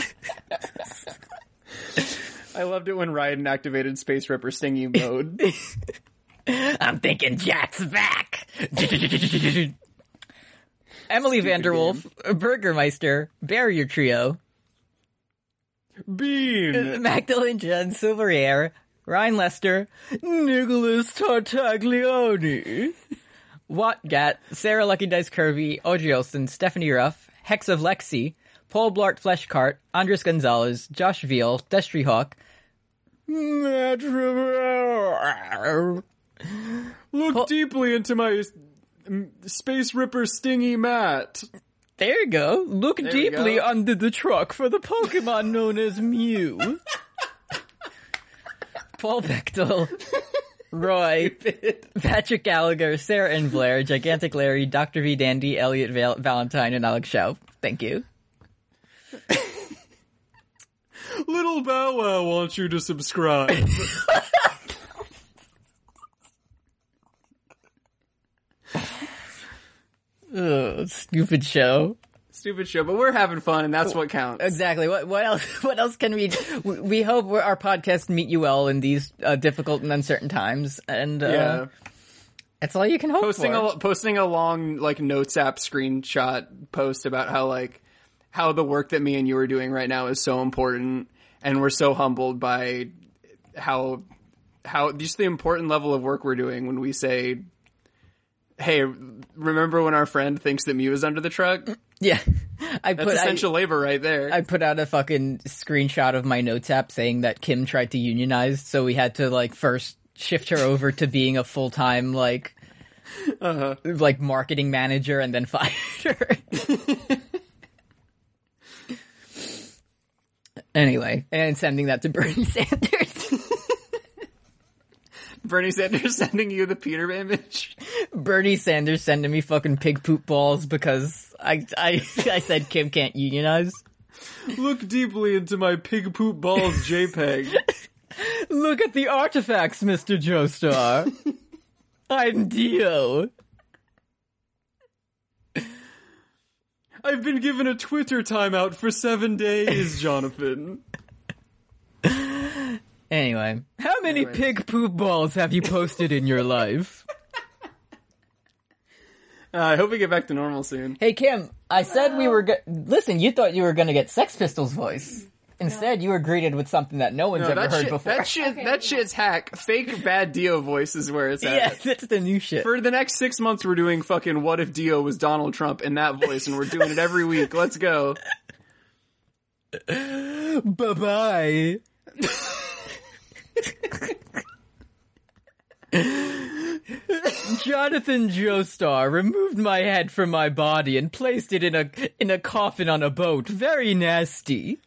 Speaker 4: <laughs> I loved it when Ryan activated Space Ripper Stingy mode.
Speaker 3: <laughs> I'm thinking Jack's back. Emily Vanderwolf, Burgermeister, Barrier Trio,
Speaker 4: Bean!
Speaker 3: Magdalene Jen Silverrier, Ryan Lester, Nicholas Tartaglione, Watt Gat, Sarah Lucky Dice Kirby, Audrey Olson, Stephanie Ruff, Hex of Lexi, Paul Blart Fleshcart, Andres Gonzalez, Josh Veal, Destry Hawk, Matt Rivera,
Speaker 4: Look deeply into my s- m- Space Ripper Stingy Matt.
Speaker 3: There you go. Look
Speaker 4: you
Speaker 3: deeply
Speaker 4: go.
Speaker 3: under the truck for the <laughs> Pokemon known as Mew. Paul <laughs> Bechtel, Roy, Patrick Gallagher, Sarah and Blair, Gigantic Larry, Dr. V Dandy, Elliot Val- Valentine, and Alex Shaw. Thank you.
Speaker 4: Little Bow Wow wants you to subscribe. <laughs>
Speaker 3: Ugh, stupid show.
Speaker 4: Stupid show, but we're having fun and that's what counts.
Speaker 3: Exactly. What what else? <laughs> What else can we? We, we hope we're- our podcast meet you well in these uh, difficult and uncertain times, and uh,
Speaker 4: Yeah.
Speaker 3: that's all you can hope
Speaker 4: Posting
Speaker 3: for.
Speaker 4: a posting a long like notes app screenshot post about how like how the work that me and you are doing right now is so important and we're so humbled by how how just the important level of work we're doing when we say hey remember when our friend thinks that Mew is under the truck that's
Speaker 3: yeah, <laughs> I put I-
Speaker 4: essential labor right there
Speaker 3: I put out a fucking screenshot of my notes app saying that Kim tried to unionize, so we had to like first shift her over to being a full time like like marketing manager and then <laughs> fired her. anyway, and sending that to Bernie <laughs> Sanders.
Speaker 4: Bernie Sanders <laughs> sending you the Peter image
Speaker 3: Bernie Sanders sending me fucking pig poop balls because I I I said Kim can't unionize.
Speaker 4: look deeply into my pig poop balls <laughs> jpeg
Speaker 3: Look at the artifacts, Mr. Joestar. <laughs> I'm Dio.
Speaker 4: I've been given a Twitter timeout for seven <laughs> days, Jonathan.
Speaker 3: Anyway, how many pig poop balls have you posted in your life?
Speaker 4: Uh, I hope we get back to normal soon.
Speaker 3: <laughs> Hey Kim, I said we were. Go- Listen, you thought you were going to get Sex Pistols voice. Instead, you were greeted with something that no one's
Speaker 4: No,
Speaker 3: ever
Speaker 4: that,
Speaker 3: heard
Speaker 4: shit,
Speaker 3: before. <laughs>
Speaker 4: that shit, that shit's hack. Fake bad Dio voice is where it's at.
Speaker 3: yeah, that's the new shit.
Speaker 4: For the next six months, we're doing fucking what if Dio was Donald Trump in that voice, and we're doing it every week. Let's go.
Speaker 3: bye bye. Jonathan Joestar removed my head from my body and placed it in a in a coffin on a boat. Very nasty.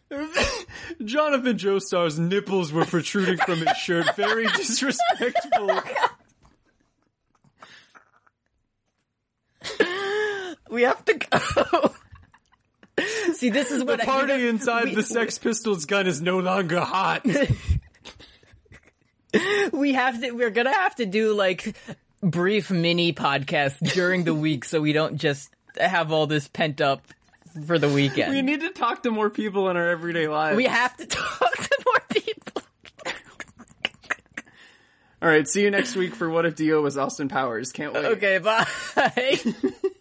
Speaker 4: Jonathan Joestar's nipples were protruding from his shirt. <laughs> Very <laughs> disrespectful.
Speaker 3: We have to go. See, this is what
Speaker 4: The party
Speaker 3: I, you know,
Speaker 4: inside
Speaker 3: we-
Speaker 4: the Sex Pistols gun is no longer hot.
Speaker 3: we have to we're gonna have to do like brief mini podcasts during the week so we don't just have all this pent up for the weekend
Speaker 4: <laughs> we
Speaker 3: we,
Speaker 4: need to talk to more people in our everyday lives.
Speaker 3: have to talk to more people
Speaker 4: All right, see you next week for What If Dio Was Austin Powers. Can't wait.
Speaker 3: okay bye <laughs>